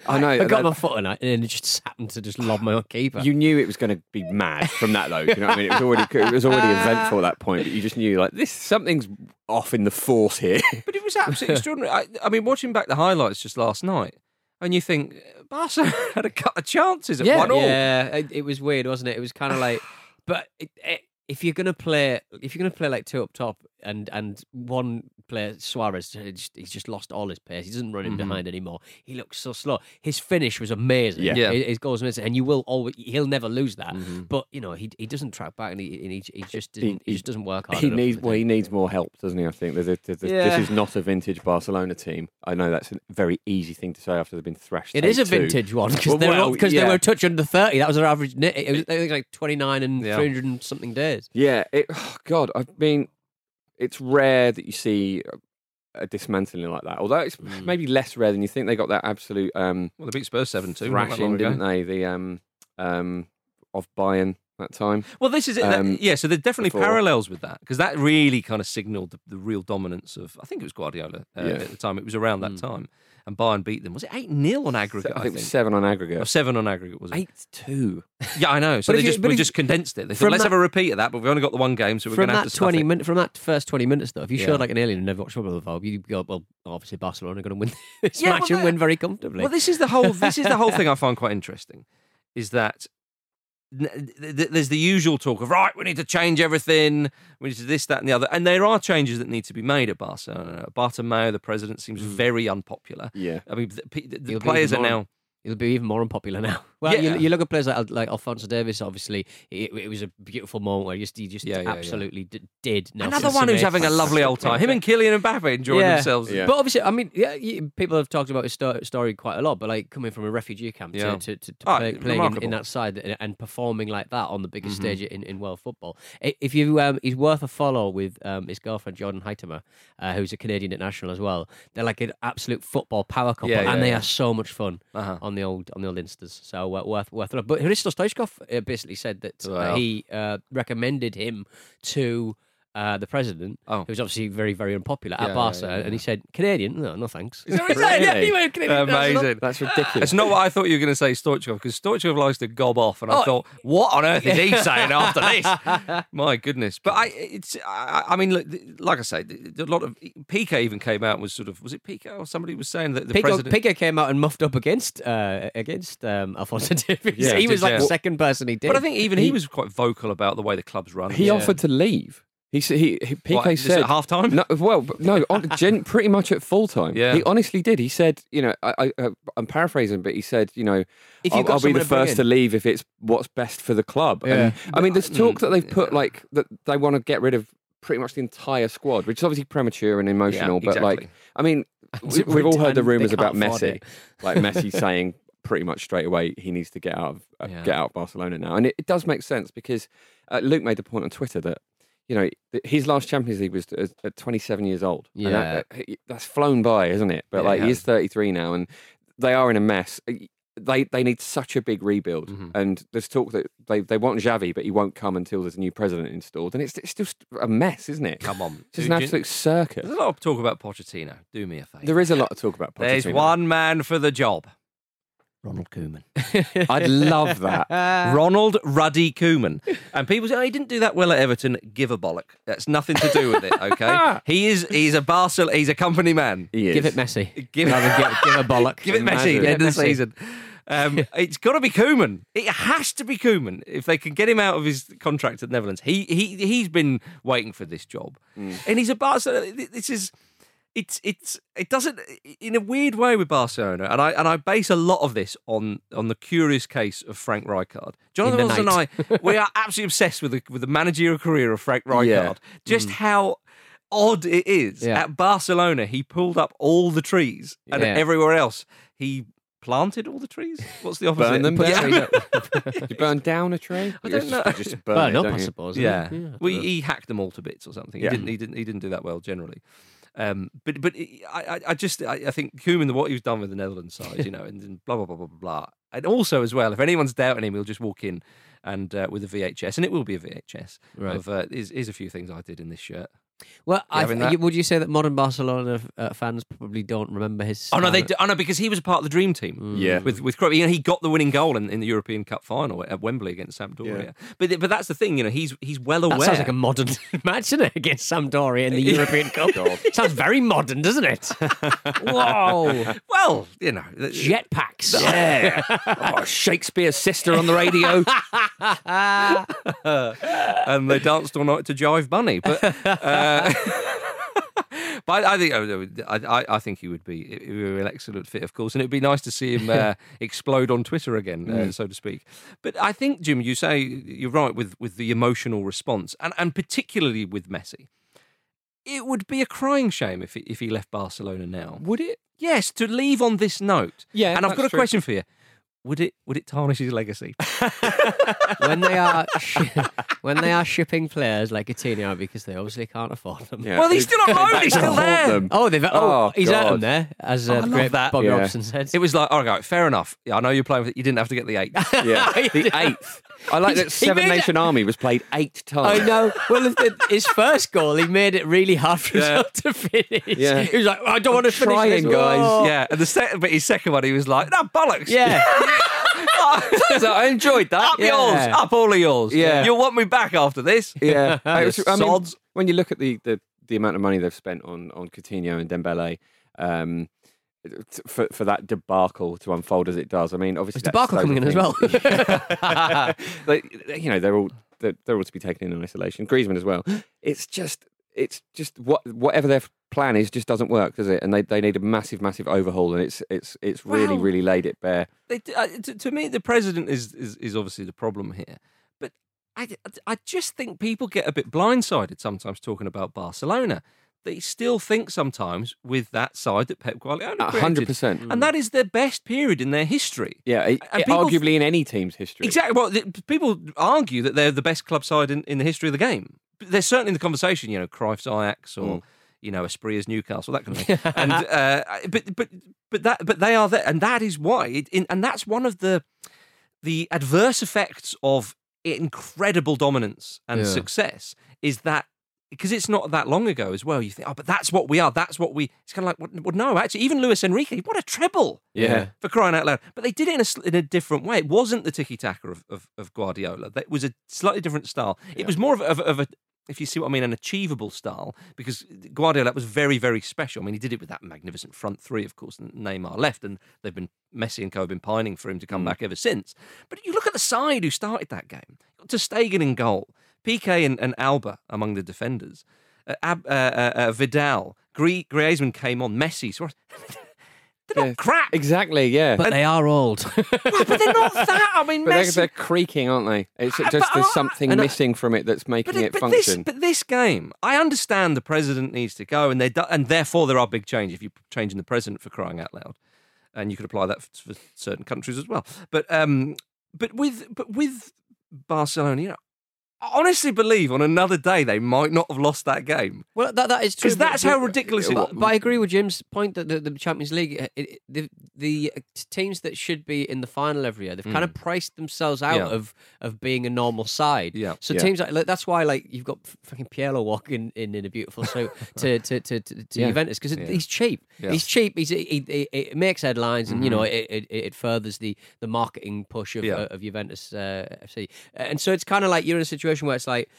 I know.
I got
that-
my foot on it, and it just happened to just lob my own keeper.
you knew it was going to be mad from that, though. Do you know what I mean? It was already it was already eventful at that point, but you just knew like this something's off in the force here.
But it was absolutely extraordinary. I, I mean, watching back the highlights just last night, and you think uh, Barca had a cut of chances at
yeah,
one all.
yeah. It, it was weird, wasn't it? It was kind of like, but it, it, if you're gonna play, if you're gonna play like two up top, and and one player Suarez, he just- he's just lost all his pace. He doesn't run in
Mm-hmm.
behind anymore. He looks so slow. His finish was amazing.
Yeah. Mm-hmm.
Yeah.
his, his goal was amazing, and you will always, he'll never lose that. But you know, he he doesn't track back, and he and he, he just didn't,
he-
he, just doesn't work hard.
He
enough for
needs
the
well,
team.
he needs more help, doesn't he? I think there's a, there's a-
Yeah.
this is not a vintage Barcelona team. I know that's a very easy thing to say after they've been thrashed.
It is a
8-2.
vintage one because
Well,
they,
well,
were, 'cause
yeah.
they were a touch under 30. That was their average. net- It was, it was like 29 and
Yeah.
300 and something days.
Yeah, it, oh, God, I mean, it's rare that you see a dismantling like that. Although it's
Hmm.
maybe less rare than you think. They got that absolute um,
Well, they beat Spurs seven two.
thrashing, didn't they? The um, um, of Bayern that time.
Well, this is it. That-
Um,
yeah, so there's definitely
before.
parallels with that because that really kind of signalled the, the real dominance of. I think it was Guardiola uh,
Yeah.
at the time. It was around that time, and Bayern beat them. Was it eight 0 on aggregate?
I think it was seven on
Or
aggregate.
seven on aggregate was it?
Eight two.
Yeah, I know. So
But
they
if you-
just
but
we
if-
just condensed it. They thought,
from
let's
that-
have a repeat of that, but we've only got the one game, so we're
from
going to have to
that
stuff
20
it.
minutes, from that first 20 minutes though, if you
Yeah.
showed like an alien who never watched football before, you'd go, well, obviously Barcelona are going to win this
Yeah, well,
match
that-
and win very comfortably.
Well, this is the whole. This is the whole thing I find quite interesting, is that n- th- th- there's the usual talk of right, we need to change everything, we need to this, that, and the other, and there are changes that need to be made at Barcelona. Bartomeu, the president, seems very unpopular.
Yeah.
I mean, the, pe- the, the
Mm. He'll be
players are
even more-
now.
It'll be even more unpopular now. Well,
Yeah.
you, you look at players like like Alfonso Davis. Obviously, it, it was a beautiful moment where he just he just
Yeah, yeah, yeah.
absolutely D- did. Nelson
Another one who's
Smith.
having a lovely old time. Him and Kylian Mbappe enjoying
Yeah.
themselves.
Yeah.
But obviously, I mean, yeah, you, people have talked about his sto- story quite a lot. But like coming from a refugee camp
Yeah.
to, to, to, to
Oh,
play, playing in,
remarkable.
in that side and, and performing like that on the biggest
Mm-hmm.
stage in, in world football, I- if you um, he's worth a follow with um, his girlfriend Jordan Heitema, uh, who's a Canadian international as well. They're like an absolute football power couple,
Yeah, yeah,
and they
yeah.
are so much fun
Uh-huh.
on the old on the old instas. So uh, worth worth a look. But Hristo Stoichkov uh, basically said that uh,
Wow.
he uh, recommended him to. Uh, the president,
Oh.
who was obviously very, very unpopular
Yeah,
at
yeah,
Barca,
yeah,
and he said, Canadian? No, no thanks.
Really?
Amazing.
That's ridiculous.
It's not what I thought you were going to say, Stoichkov, because Stoichkov likes to gob off,
Oh.
and I thought, what on earth is he saying after this? My goodness! But I, it's, I, I mean, look, th- like I say, th- a lot of PK even came out and was sort of, was it PK or somebody was saying that the
Pico,
president?
Pico came out and muffed up against uh, against um, Alfonso Davies.
Yeah,
he
did,
was like the
yeah.
second person he did.
but I think even he, was quite vocal about the way the club's run.
He
Yeah.
offered to leave. He said he, he PK
What, just
said
at halftime?
No, well, but no, on, gen, pretty much at full time.
Yeah.
he honestly did. He said, you know, I, I, I'm paraphrasing, but he said, you know,
If you've
I'll,
got
I'll be the
someone to bring
first to
in.
leave if it's what's best for the club. And, I mean, there's
mm,
talk that they've put like that they want to get rid of pretty much the entire squad, which is obviously premature and emotional. but
exactly.
like, I mean, we,
it
we've all heard the
pretend they
rumours about
can't afford
Messi,
it?
like Messi saying pretty much straight away he needs to get out of uh,
Yeah.
get out of Barcelona now, and it, it does make sense because uh, Luke made the point on Twitter that you know th- his last Champions League was at at 27 years old. and that, that- that's flown by, isn't it? But
Yeah, it
like he
has.
is 33 now, and they are in a mess. Uh, They they need such a big rebuild,
Mm-hmm.
and there's talk that they, they want Xavi, but he won't come until there's a new president installed, and it's it's still a mess, isn't it?
Come on.
it's just an
Do you-
absolute circus.
There's a lot of talk about Pochettino. Do me a favour.
There is a lot of talk about. Pochettino.
There's one man for the job. Ronald Koeman.
I'd love that.
Ronald Ruddy Koeman. And people say, oh, he didn't do that well at Everton. Give a bollock. That's nothing to do with it, okay? he is he's a Barcelona, he's a company man.
He
give
is.
it Messi.
Give-
Rather give, give a bollock.
Give it Messi
Imagine.
at the end of the
Messi.
season. Um, it's got to be Koeman. It has to be Koeman. If they can get him out of his contract at Netherlands, he he he's been waiting for this job,
Mm.
and he's a Barcelona. This is. It's it's it doesn't in a weird way with Barcelona, and I and I base a lot of this on on the curious case of Frank Rijkaard. Jonathan
the
Wilson and I
night.
we are absolutely obsessed with the with the managerial career of Frank Rijkaard. Just how odd it is.
Yeah.
At Barcelona, he pulled up all the trees, and
Yeah.
everywhere else, he planted all the trees. What's the opposite?
Burn them
Put-
down.
Yeah.
you burn down a tree?
I
You
don't
just-
know.
you just burn
Burn
it,
up,
don't
I
you?
suppose.
yeah,
isn't it?
well, he, he hacked them all to bits or something. He
Yeah.
didn't. He didn't. He didn't do that well generally. Um, but but I- I, I just I, I think Koeman, the what he's done with the Netherlands side, you know, and, and blah blah blah blah blah, and also as well, if anyone's doubting him, he'll just walk in and uh, with a VHS, and it will be a VHS.
Right.
Of uh, is is a few things I did in this shirt.
Well, I,
having that?
you- would you say that modern Barcelona uh, fans probably don't remember his?
Oh no, they
style?
do, oh no, because he was a part of the dream team.
Yeah.
with with Cruyff. You know, he got the winning goal in, in the European Cup final at Wembley against Sampdoria. But th- but that's the thing, you know, he's he's well aware.
That sounds like a modern match, doesn't it? Against Sampdoria in the European Cup. sounds very modern, doesn't it? Whoa.
well, you know, th-
Jetpacks.
Yeah.
Oh, Shakespeare's sister on the radio.
and they danced all night to Jive Bunny. But, uh, but I think I, I, I think he would be he would be an excellent fit, of course, and it'd be nice to see him uh, explode on Twitter again, uh,
Mm.
so to speak. But I think Jim, you say you're right with with the emotional response, and and particularly with Messi. It would be a crying shame if he, if he left Barcelona now.
Would it?
Yes, to leave on this note.
Yeah,
and I've got
that's
a
true.
question for you. Would it would it tarnish his legacy?
when they are shi when they are shipping players like Coutinho because they obviously can't afford them.
Yeah.
well, he's still on loan. He's still
Hold
there.
them.
Oh, they've oh,
Oh,
he's at them
God.
there as
Oh, I
uh,
love
the great
that.
Bobby
Yeah.
Robson said.
It was like, all right, fair enough. Yeah, I know you're playing with it. You didn't have to get the eight.
Yeah. the eighth. I like that
He's- he
Seven
made
Nation Army was played eight
I
times.
know. Oh, Well, if the, his first goal, he made it really hard for himself to finish.
Yeah.
He was like, "Oh, I don't want to finish
trying,
this.
guys.
Oh.
yeah, and the second, but his second one, he was like, no bollocks.
Yeah.
So I enjoyed that.
up yours, up all of yours.
Yeah.
you'll want me back after this.
Yeah, I, was- I mean,
sods.
when you look at the, the the amount of money they've spent on on Coutinho and Dembele, um, t- for for that debacle to unfold as it does, I mean, obviously
There's debacle
that's
coming in as well.
loads of things. They- you know, they're all they're, they're all to be taken in isolation. Griezmann as well. It's just it's just what whatever their plan is just doesn't work, does it? And they, they need a massive massive overhaul, and it's it's it's really
Well-
really laid it bare.
They, uh, to, to me, the president is, is is obviously the problem here, but I I just think people get a bit blindsided sometimes talking about Barcelona. They still think sometimes with that side that Pep Guardiola
A
created,
hundred percent.
and that is their best period in their history.
Yeah, it-
And
it-
people-
arguably in any team's history.
Exactly. Well, the, people argue that they're the best club side in, in the history of the game. But they're certainly in the conversation, you know, Cruyff's Ajax or
Mm.
you know Espria's Newcastle, that kind of thing. and uh, but but but that but they are there, and that is why. It, in, and that's one of the the adverse effects of incredible dominance and
Yeah.
success is that because it's not that long ago as well. You think, oh, but that's what we are. That's what we. It's kind of like, well, no, actually, even Luis Enrique, what a treble!
Yeah.
for crying out loud. But they did it in a, sl- in a different way. It wasn't the tiki taka of, of, of Guardiola. That was a slightly different style. It was more of, a- of, a- of a, if you see what I mean, an achievable style because Guardiola was very, very special. I mean, he did it with that magnificent front three, of course, and Neymar left, and they've been Messi and Co have been pining for him to come back ever since. But you look at the side who started that game. To Stegen in goal, PK and, and Alba among the defenders. Uh, Ab, uh, uh, uh, Vidal, Gri- Griezmann came on, Messi. Suarez. They're
Yeah.
not crap.
Exactly. Yeah.
But they are old.
Well, but they're not that. I mean,
But they're,
Messi-
they're creaking, aren't they? It's
Ah,
just
but
there's
I-
something
and I-
missing from it that's making
but,
it
but this,
function.
but this game, I understand the president needs to go, and they do, and therefore there are big changes. If you're changing the president for crying out loud, and you could apply that f- for, certain countries as well. But um, but with but with Barcelona, you know, I honestly believe on another day they might not have lost that game
well, that, that is true.
because
but-
that's how
but-
ridiculous it
But,
was.
but I agree with Jim's point that the, the Champions League, uh, it, it- the, the uh, t- teams that should be in the final every year, they've kind of priced themselves out
Mm. Yeah.
of of being a normal side.
Yeah.
So
Yeah.
teams like, like that's why like you've got f- fucking Pielo walking in in a beautiful suit to to to, to, to
Yeah.
Juventus because
Yeah.
he's cheap.
Yeah. Mm-hmm.
He's cheap. He's he, he, it makes headlines and you know it, it, it furthers the the marketing push of
Yeah.
uh, of Juventus uh, FC. And so it's kind of like you're in a situation where it's like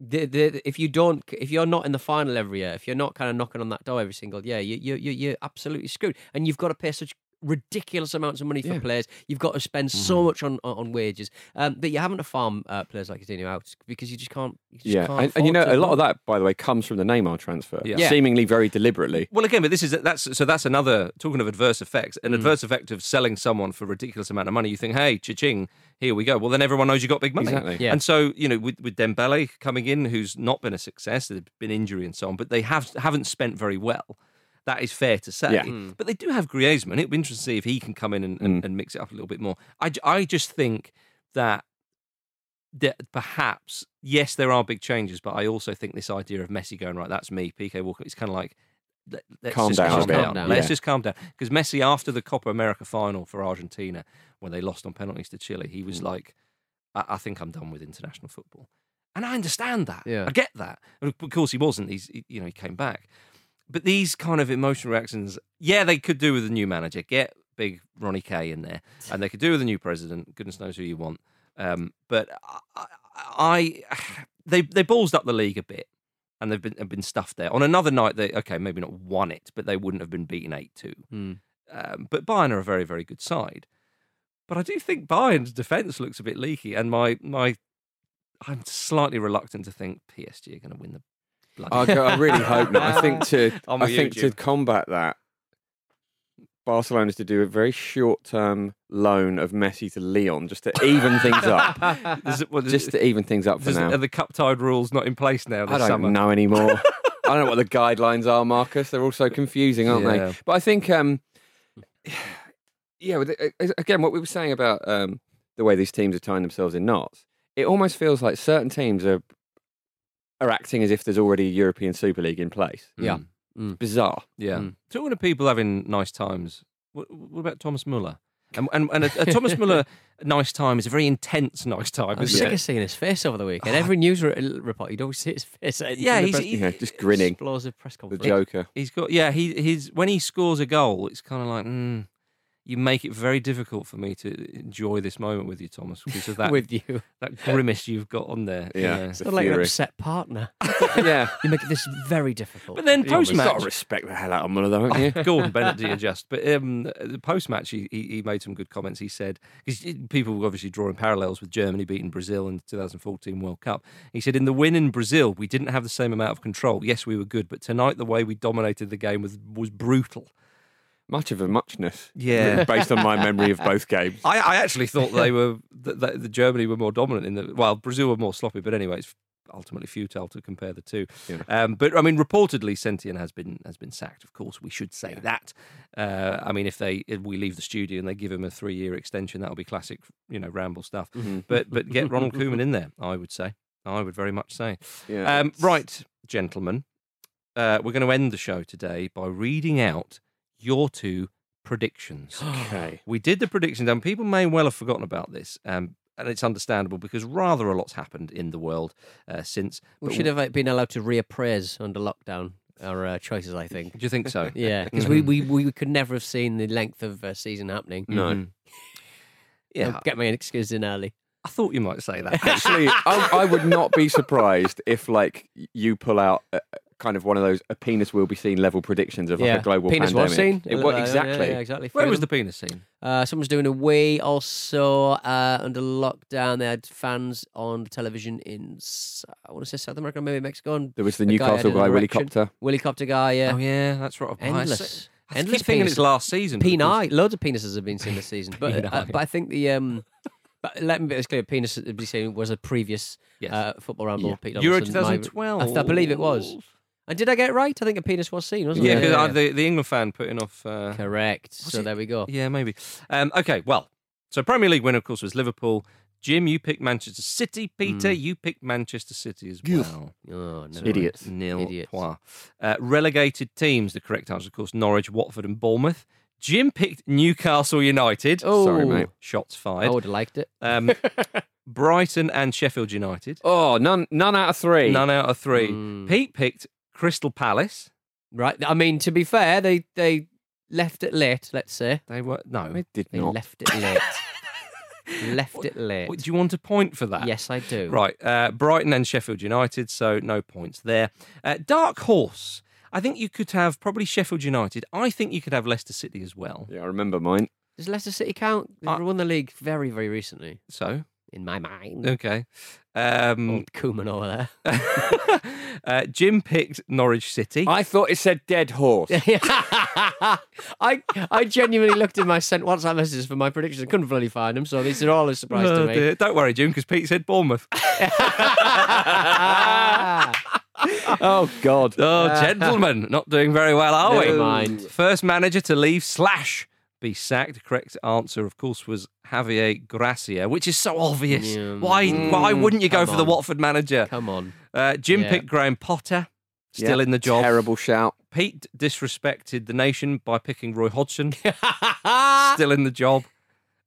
the, the, if you don't, if you're not in the final every year, if you're not kind of knocking on that door every single year, you, you, you, you're absolutely screwed. And you've got to pay such ridiculous amounts of money for
Yeah. Mm-hmm.
players. You've got to spend so much on on, on wages um, that you're having to farm uh, players like Coutinho out because you just can't. You just
yeah,
can't
and, and you know
afford to.
a lot of that, by the way, comes from the Neymar transfer,
Yeah.
Yeah.
seemingly very deliberately.
Well, again, but this is that's so that's another talking of adverse effects. An adverse effect of selling someone for a ridiculous amount of money. You think, hey, cha-ching, here we go. Well, then everyone knows you got big money.
Exactly.
Yeah.
And so you know, with with Dembele coming in, who's not been a success, there's been injury and so on, but they have haven't spent very well. That is fair to say.
Yeah.
But they do have Griezmann. It'll be interesting to see if he can come in and,
Hmm.
and, and mix it up a little bit more. I j- I just think that that perhaps yes, there are big changes, but I also think this idea of Messi going right, that's me, PK Walker. It's kind of like let, let's
Calm
just
down a
calm
bit.
down.
Calm down.
Let's
Yeah.
just calm down because Messi after the Copa America final for Argentina when they lost on penalties to Chile, he was like, I, "I think I'm done with international football," and I understand that.
Yeah.
I get that. And of course, he wasn't. He's he- you know he came back, but these kind of emotional reactions, yeah, they could do with a new manager. Get big Ronnie K in there, and they could do with a new president. Goodness knows who you want. Um, but I, I, I- they they ballsed up the league a bit, and they've been have been stuffed there. On another night, they okay maybe not won it, but they wouldn't have been beaten eight two. Um, but Bayern are a very very good side. But I do think Bayern's defense looks a bit leaky, and my my I'm slightly reluctant to think PSG are going to win the.
I,
Bloody
go- I really hope not. I think to
I'm
I
with you,
think to
Jim.
combat that, Barcelona's to do a very short-term loan of Messi to Leon just to even things up.
Is it- well, is
Just
it-
to even things up for
Does-
now.
Are the cup tied rules not in place now this
I don't
summer?
know anymore. I don't know what the guidelines are, Marcus. They're all so confusing, aren't
Yeah.
they? But I think, um, yeah, with the- a- again, what we were saying about um, the way these teams are tying themselves in knots, it almost feels like certain teams are are acting as if there's already a European Super League in place.
Yeah.
Mm,
Bizarre.
yeah.
Mm.
Talking to people having nice times. What, what about Thomas Muller? And and, and a, a Thomas Muller nice time is a very intense nice
Oh,
time.
I was
Isn't
sick
it?
of seeing his face over the weekend. Every news re- report, you'd always see his face. at-
Yeah,
in the
he's-
press-
he-
You know, Oh. just grinning.
Explosive press
The
conference.
Joker.
He's got yeah. He his when he scores a goal, it's kind of like mm, you make it very difficult for me to enjoy this moment with you, Thomas, because of that
with you.
that grimace you've got on there.
Yeah.
It's
The
not like an
fury.
upset partner.
yeah.
You make this very difficult.
But then
You almost-
You've got
Post-match.
to respect the hell out of Muller, though, haven't you?
Gordon Bennett did adjust, but um, the post match he, he he made some good comments. He said because people were obviously drawing parallels with Germany beating Brazil in the 2014 World Cup. He said in the win in Brazil we didn't have the same amount of control. Yes, we were good, but tonight the way we dominated the game was was brutal.
Much of a muchness.
Yeah.
Based on my memory of both games.
I, I actually thought they were that, that the Germany were more dominant in the well Brazil were more sloppy, but anyway, it's ultimately futile to compare the two.
Yeah.
Um, but I mean, reportedly, Sentient has been has been sacked. Of course, we should say that. Uh, I mean, if they if we leave the studio and they give him a three year extension, that'll be classic, you know, ramble stuff.
Mm-hmm.
But but get Ronald Koeman in there, I would say. I would very much say.
Yeah,
um,
it's-
right, gentlemen, uh, we're going to end the show today by reading out your two predictions.
Okay.
We did the predictions, and people may well have forgotten about this, um, and it's understandable because rather a lot's happened in the world uh, since.
we
But
should have like, been allowed to reappraise under lockdown our uh, choices, I think.
Do you think so?
Yeah, because we, we, we could never have seen the length of uh, season happening.
No.
Yeah,
I'll get my excuse in early.
I thought you might say that.
Actually, I, I would not be surprised if like you pull out a, a kind of one of those a penis will be seen level predictions of like,
yeah,
a global
penis
pandemic.
was seen.
It
Uh,
was
yeah,
exactly.
Yeah, exactly.
Where
Three
was
of
the
them.
penis scene?
Uh, someone's doing a wee. Also, uh, under lockdown, they had fans on the television in S- I want to say South America, maybe Mexico. And
There was the
a guy
Newcastle
had an
guy, Willy
erection.
Copter.
Willy Copter guy. Yeah,
Oh yeah, Oh, that's right.
endless.
I keep
endless
thinking
penis-
it's last season. but of course-
Peni, loads of penises have been seen this season, but uh, but I think the um, but let me be as clear. Penis that be seen was a previous
Yes.
uh, football ramble. Pete
Euro
Donaldson, my-
2012.
I, th- I believe it was. And did I get it right? I think a penis was seen, wasn't
Yeah,
it?
because uh, the the England fan putting off. Uh,
correct. So
it-
there we go.
yeah, maybe. Um, okay, well, so Premier League winner, of course, was Liverpool. Jim, you picked Manchester City. Peter, you picked Manchester City as
Goof.
well.
Hmm. Oh, no.
Idiots.
Nil
Idiots.
Pois. Uh, relegated teams. The correct answer, of course, Norwich, Watford, and Bournemouth. Jim picked Newcastle United.
Oh,
Sorry, mate.
Shots
I
fired.
would have liked it.
Um, Brighton and Sheffield United.
Oh, none, none out of three.
None out of three.
Mm.
Pete picked Crystal Palace.
Right. I mean, to be fair, they they left it late. Let's say
They were no.
I did
they
not.
left it late. left it late.
What- Do you want a point for that?
yes, I do.
Right, uh, Brighton and Sheffield United, so no points there. Uh, Dark Horse. I think you could have probably Sheffield United. I think you could have Leicester City as well.
Yeah, I remember mine.
Does Leicester City count? They
Uh,
won the league very, very recently.
So
In my mind,
okay, um,
Old Koeman over there. Oh.
uh, Jim picked Norwich City.
I thought it said dead horse.
I I genuinely looked in my sent WhatsApp messages for my predictions. I couldn't bloody find them, so these are all a surprise
Oh,
to me.
dear. Don't worry, Jim, because Pete said Bournemouth.
oh God.
Oh, gentlemen, not doing very well, are we?
Never mind.
First manager to leave slash be sacked. Correct answer, of course, was Javier Gracia, which is so obvious.
Yeah. Mm,
Why? why wouldn't you go
come
for the
on.
Watford manager?
Come on.
Uh, Jim
Yeah.
picked Graham Potter, still
Yeah,
in the job.
Terrible shout.
Pete disrespected the nation by picking Roy Hodgson, still in the job.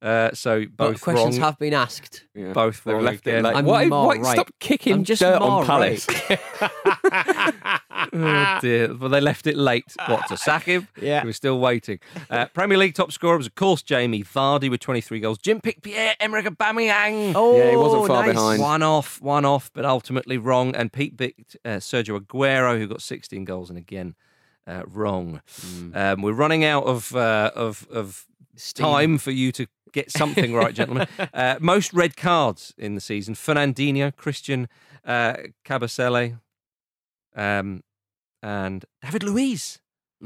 Uh, so
But
both
questions
wrong.
have been asked.
Yeah.
Both
They've
wrong
left
again.
it. Like,
I'm
why,
more
why-
right.
Stop kicking
I'm just
dirt
more
on Palace.
Oh dear. Well, they left it late. What to sack him?
Yeah.
he was still waiting. Uh, Premier League top scorer was, of course, Jamie Vardy with 23 goals. Jim picked Pierre Emerick Aubameyang.
Oh,
Yeah, he wasn't far behind.
One off, one off, but ultimately wrong. And Pete picked uh, Sergio Aguero, who got 16 goals, and again uh, wrong.
Mm.
Um, we're running out of uh, of of time for you to get something right, gentlemen. Uh, most red cards in the season: Fernandinho, Christian uh, Cabasele, um, and David Luiz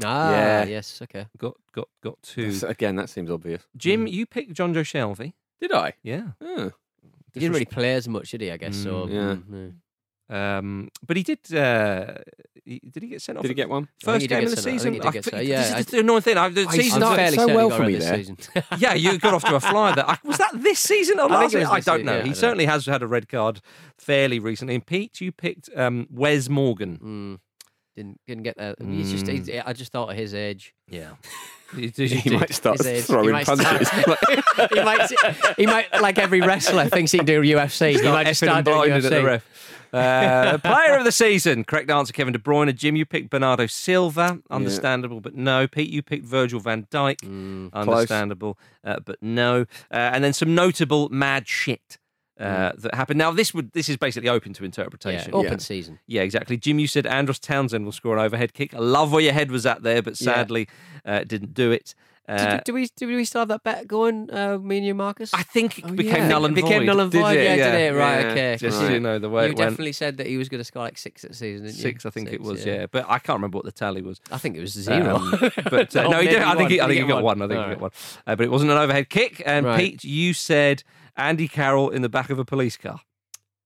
Ah,
Yeah.
yes, okay.
got got got two.
That's- mm. Again, that seems obvious.
Jim, you picked John Joe Shelby.
Did I?
Yeah.
Oh.
He didn't really play as much, did he? I guess so.
Mm, yeah.
mm, no.
Um, but he did. Uh, he, did he get sent off?
Did he get one?
I think
First
he did
game of
get
the
sent off. I
season.
think he did get
I-
sent- yeah,
this
I-
is the annoying thing. I, the
mm.
I-
season.
I'm
I-
fairly so certain he well got for red me
this
this there.
season.
yeah, you got off to a flyer. There I- was that this season or
I think
last
it was
season? I
this
don't
season,
know.
yeah, I
he
don't
certainly has had a red card fairly recently. And Pete, you picked um, Wes Morgan.
Mm. Didn't didn't get that. He's just. he's-
Mm.
I just thought at his age,
Yeah,
He might start
his age,
throwing
he might
punches.
Start, he might. He might like every wrestler thinks he can do UFC. he might just start doing
blinded
UFC.
at the ref. Uh, the player of the season, correct answer, Kevin De Bruyne. Jim, you picked Bernardo Silva, understandable, but no. Pete, you picked Virgil Van Dijk, understandable, uh, but no. Uh, and then some notable mad shit uh, that happened. Now this would this is basically open to
Yeah,
interpretation.
open season.
Yeah, exactly. Jim, you said Andros Townsend will score an overhead kick. I love where your head was at there, but
Yeah.
sadly uh, didn't do it. Uh,
do, do we do we still have that bet going? Uh, me and you, Marcus.
I think it became
Oh, yeah.
null
It
and
became
void.
null and
Did
void,
it?
yeah, did it? Right,
yeah.
okay,
Just
right.
so you know the way
you
it went.
definitely said that he was going to score like six at season, didn't you?
Six, I think it
Six,
was. Yeah. but I can't remember what the tally was.
I think it was zero.
Um, but uh,
Oh,
no, he did.
maybe
I think he, I think
one. Did he
he
get
got one.
one?
I think he
Alright.
got one. Uh, but it wasn't an overhead kick. And
Right.
Pete, you said Andy Carroll in the back of a police car.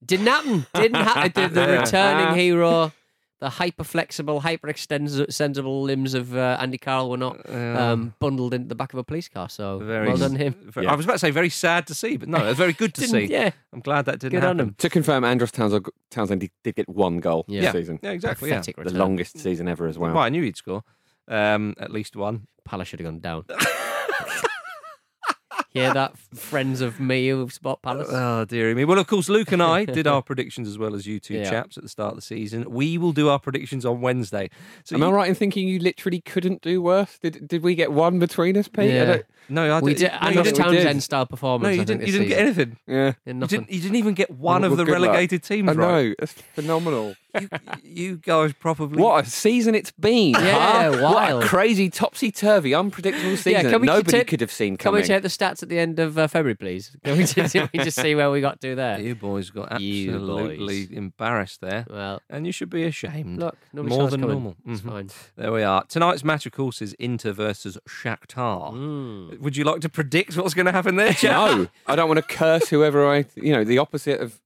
Didn't happen. Didn't happen. The, the returning hero, the hyper flexible, hyper extensible limbs of uh, Andy Carroll were not um, bundled into the back of a police car. So
Very
well done him.
very- I was about to say very sad to see, but no, it was very good to
Didn't-
see.
Yeah,
I'm glad that didn't
Good on
happen.
him.
to confirm, Andros Townsend, Townsend did, did get one goal
Yeah.
this season.
Yeah, exactly. Yeah.
pathetic
The
return.
longest season ever as well.
Well, I knew he'd score um, at least one.
Palace should have gone down. Hear that, friends of me who spot Palace?
Oh, dearie me. Well, of course, Luke and I did our predictions as well as you two
Yeah.
chaps at the start of the season. We will do our predictions on Wednesday. So
Am I
you-
right in thinking you literally couldn't do worse? Did did we get one between us, Pete? I
Yeah.
don't-
No, I
we did
didn't. no, you
Andros
didn't.
we did.
Townsend style performance.
No,
I
you
think,
didn't.
this
You didn't get
season.
anything.
yeah.
In
You
nothing.
didn't, you didn't even get one of
Well,
the
good luck.
relegated teams
I
right.
know. That's phenomenal.
You, you guys probably.
What a season it's been.
Yeah,
huh? What a
wild.
crazy, topsy turvy, unpredictable season that nobody
check-
could have seen
Can
coming.
we check the stats at the end of uh, February, please? Can we just, can we just see where we got to there?
You boys got
You
absolutely
boys.
embarrassed there.
Well,
And you should be ashamed.
look, nobody
More
saw us
than
coming.
normal.
It's
Mhm.
fine.
There we are. Tonight's match, of course, is Inter versus Shakhtar.
Mm.
Would you like to predict what's going to happen there?
no, I don't want to curse whoever I, you know, the opposite of.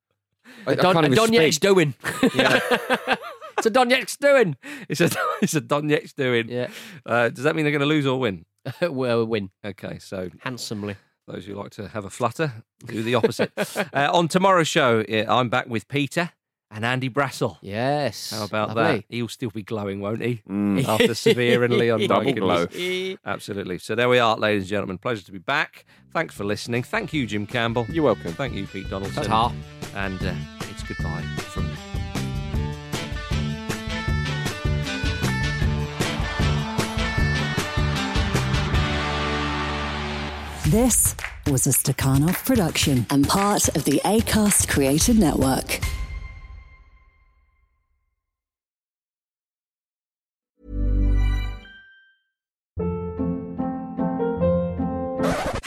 I, I
Don,
can't even
Donetsk
speak.
doing. it's a Donetsk doing.
It's a it's a Donetsk doing.
Yeah,
Uh, does that mean they're going to lose or win?
we'll win
Okay, so
handsomely.
those who like to have a flutter do the opposite. uh, on tomorrow's show, uh, I'm back with Peter and Andy Brassel.
Yes.
How about that?
Lovely.
He'll still be glowing, won't he?
Mm.
After Severe and Leon.
Double
My goodness.
glow.
Absolutely. So there we are, ladies and gentlemen. Pleasure to be back. Thanks for listening. Thank you, Jim Campbell.
You're welcome.
Thank you, Pete Donaldson.
Ta-ta.
And uh, it's goodbye from me.
This was a Stakhanov production and part of the Acast Creative Network.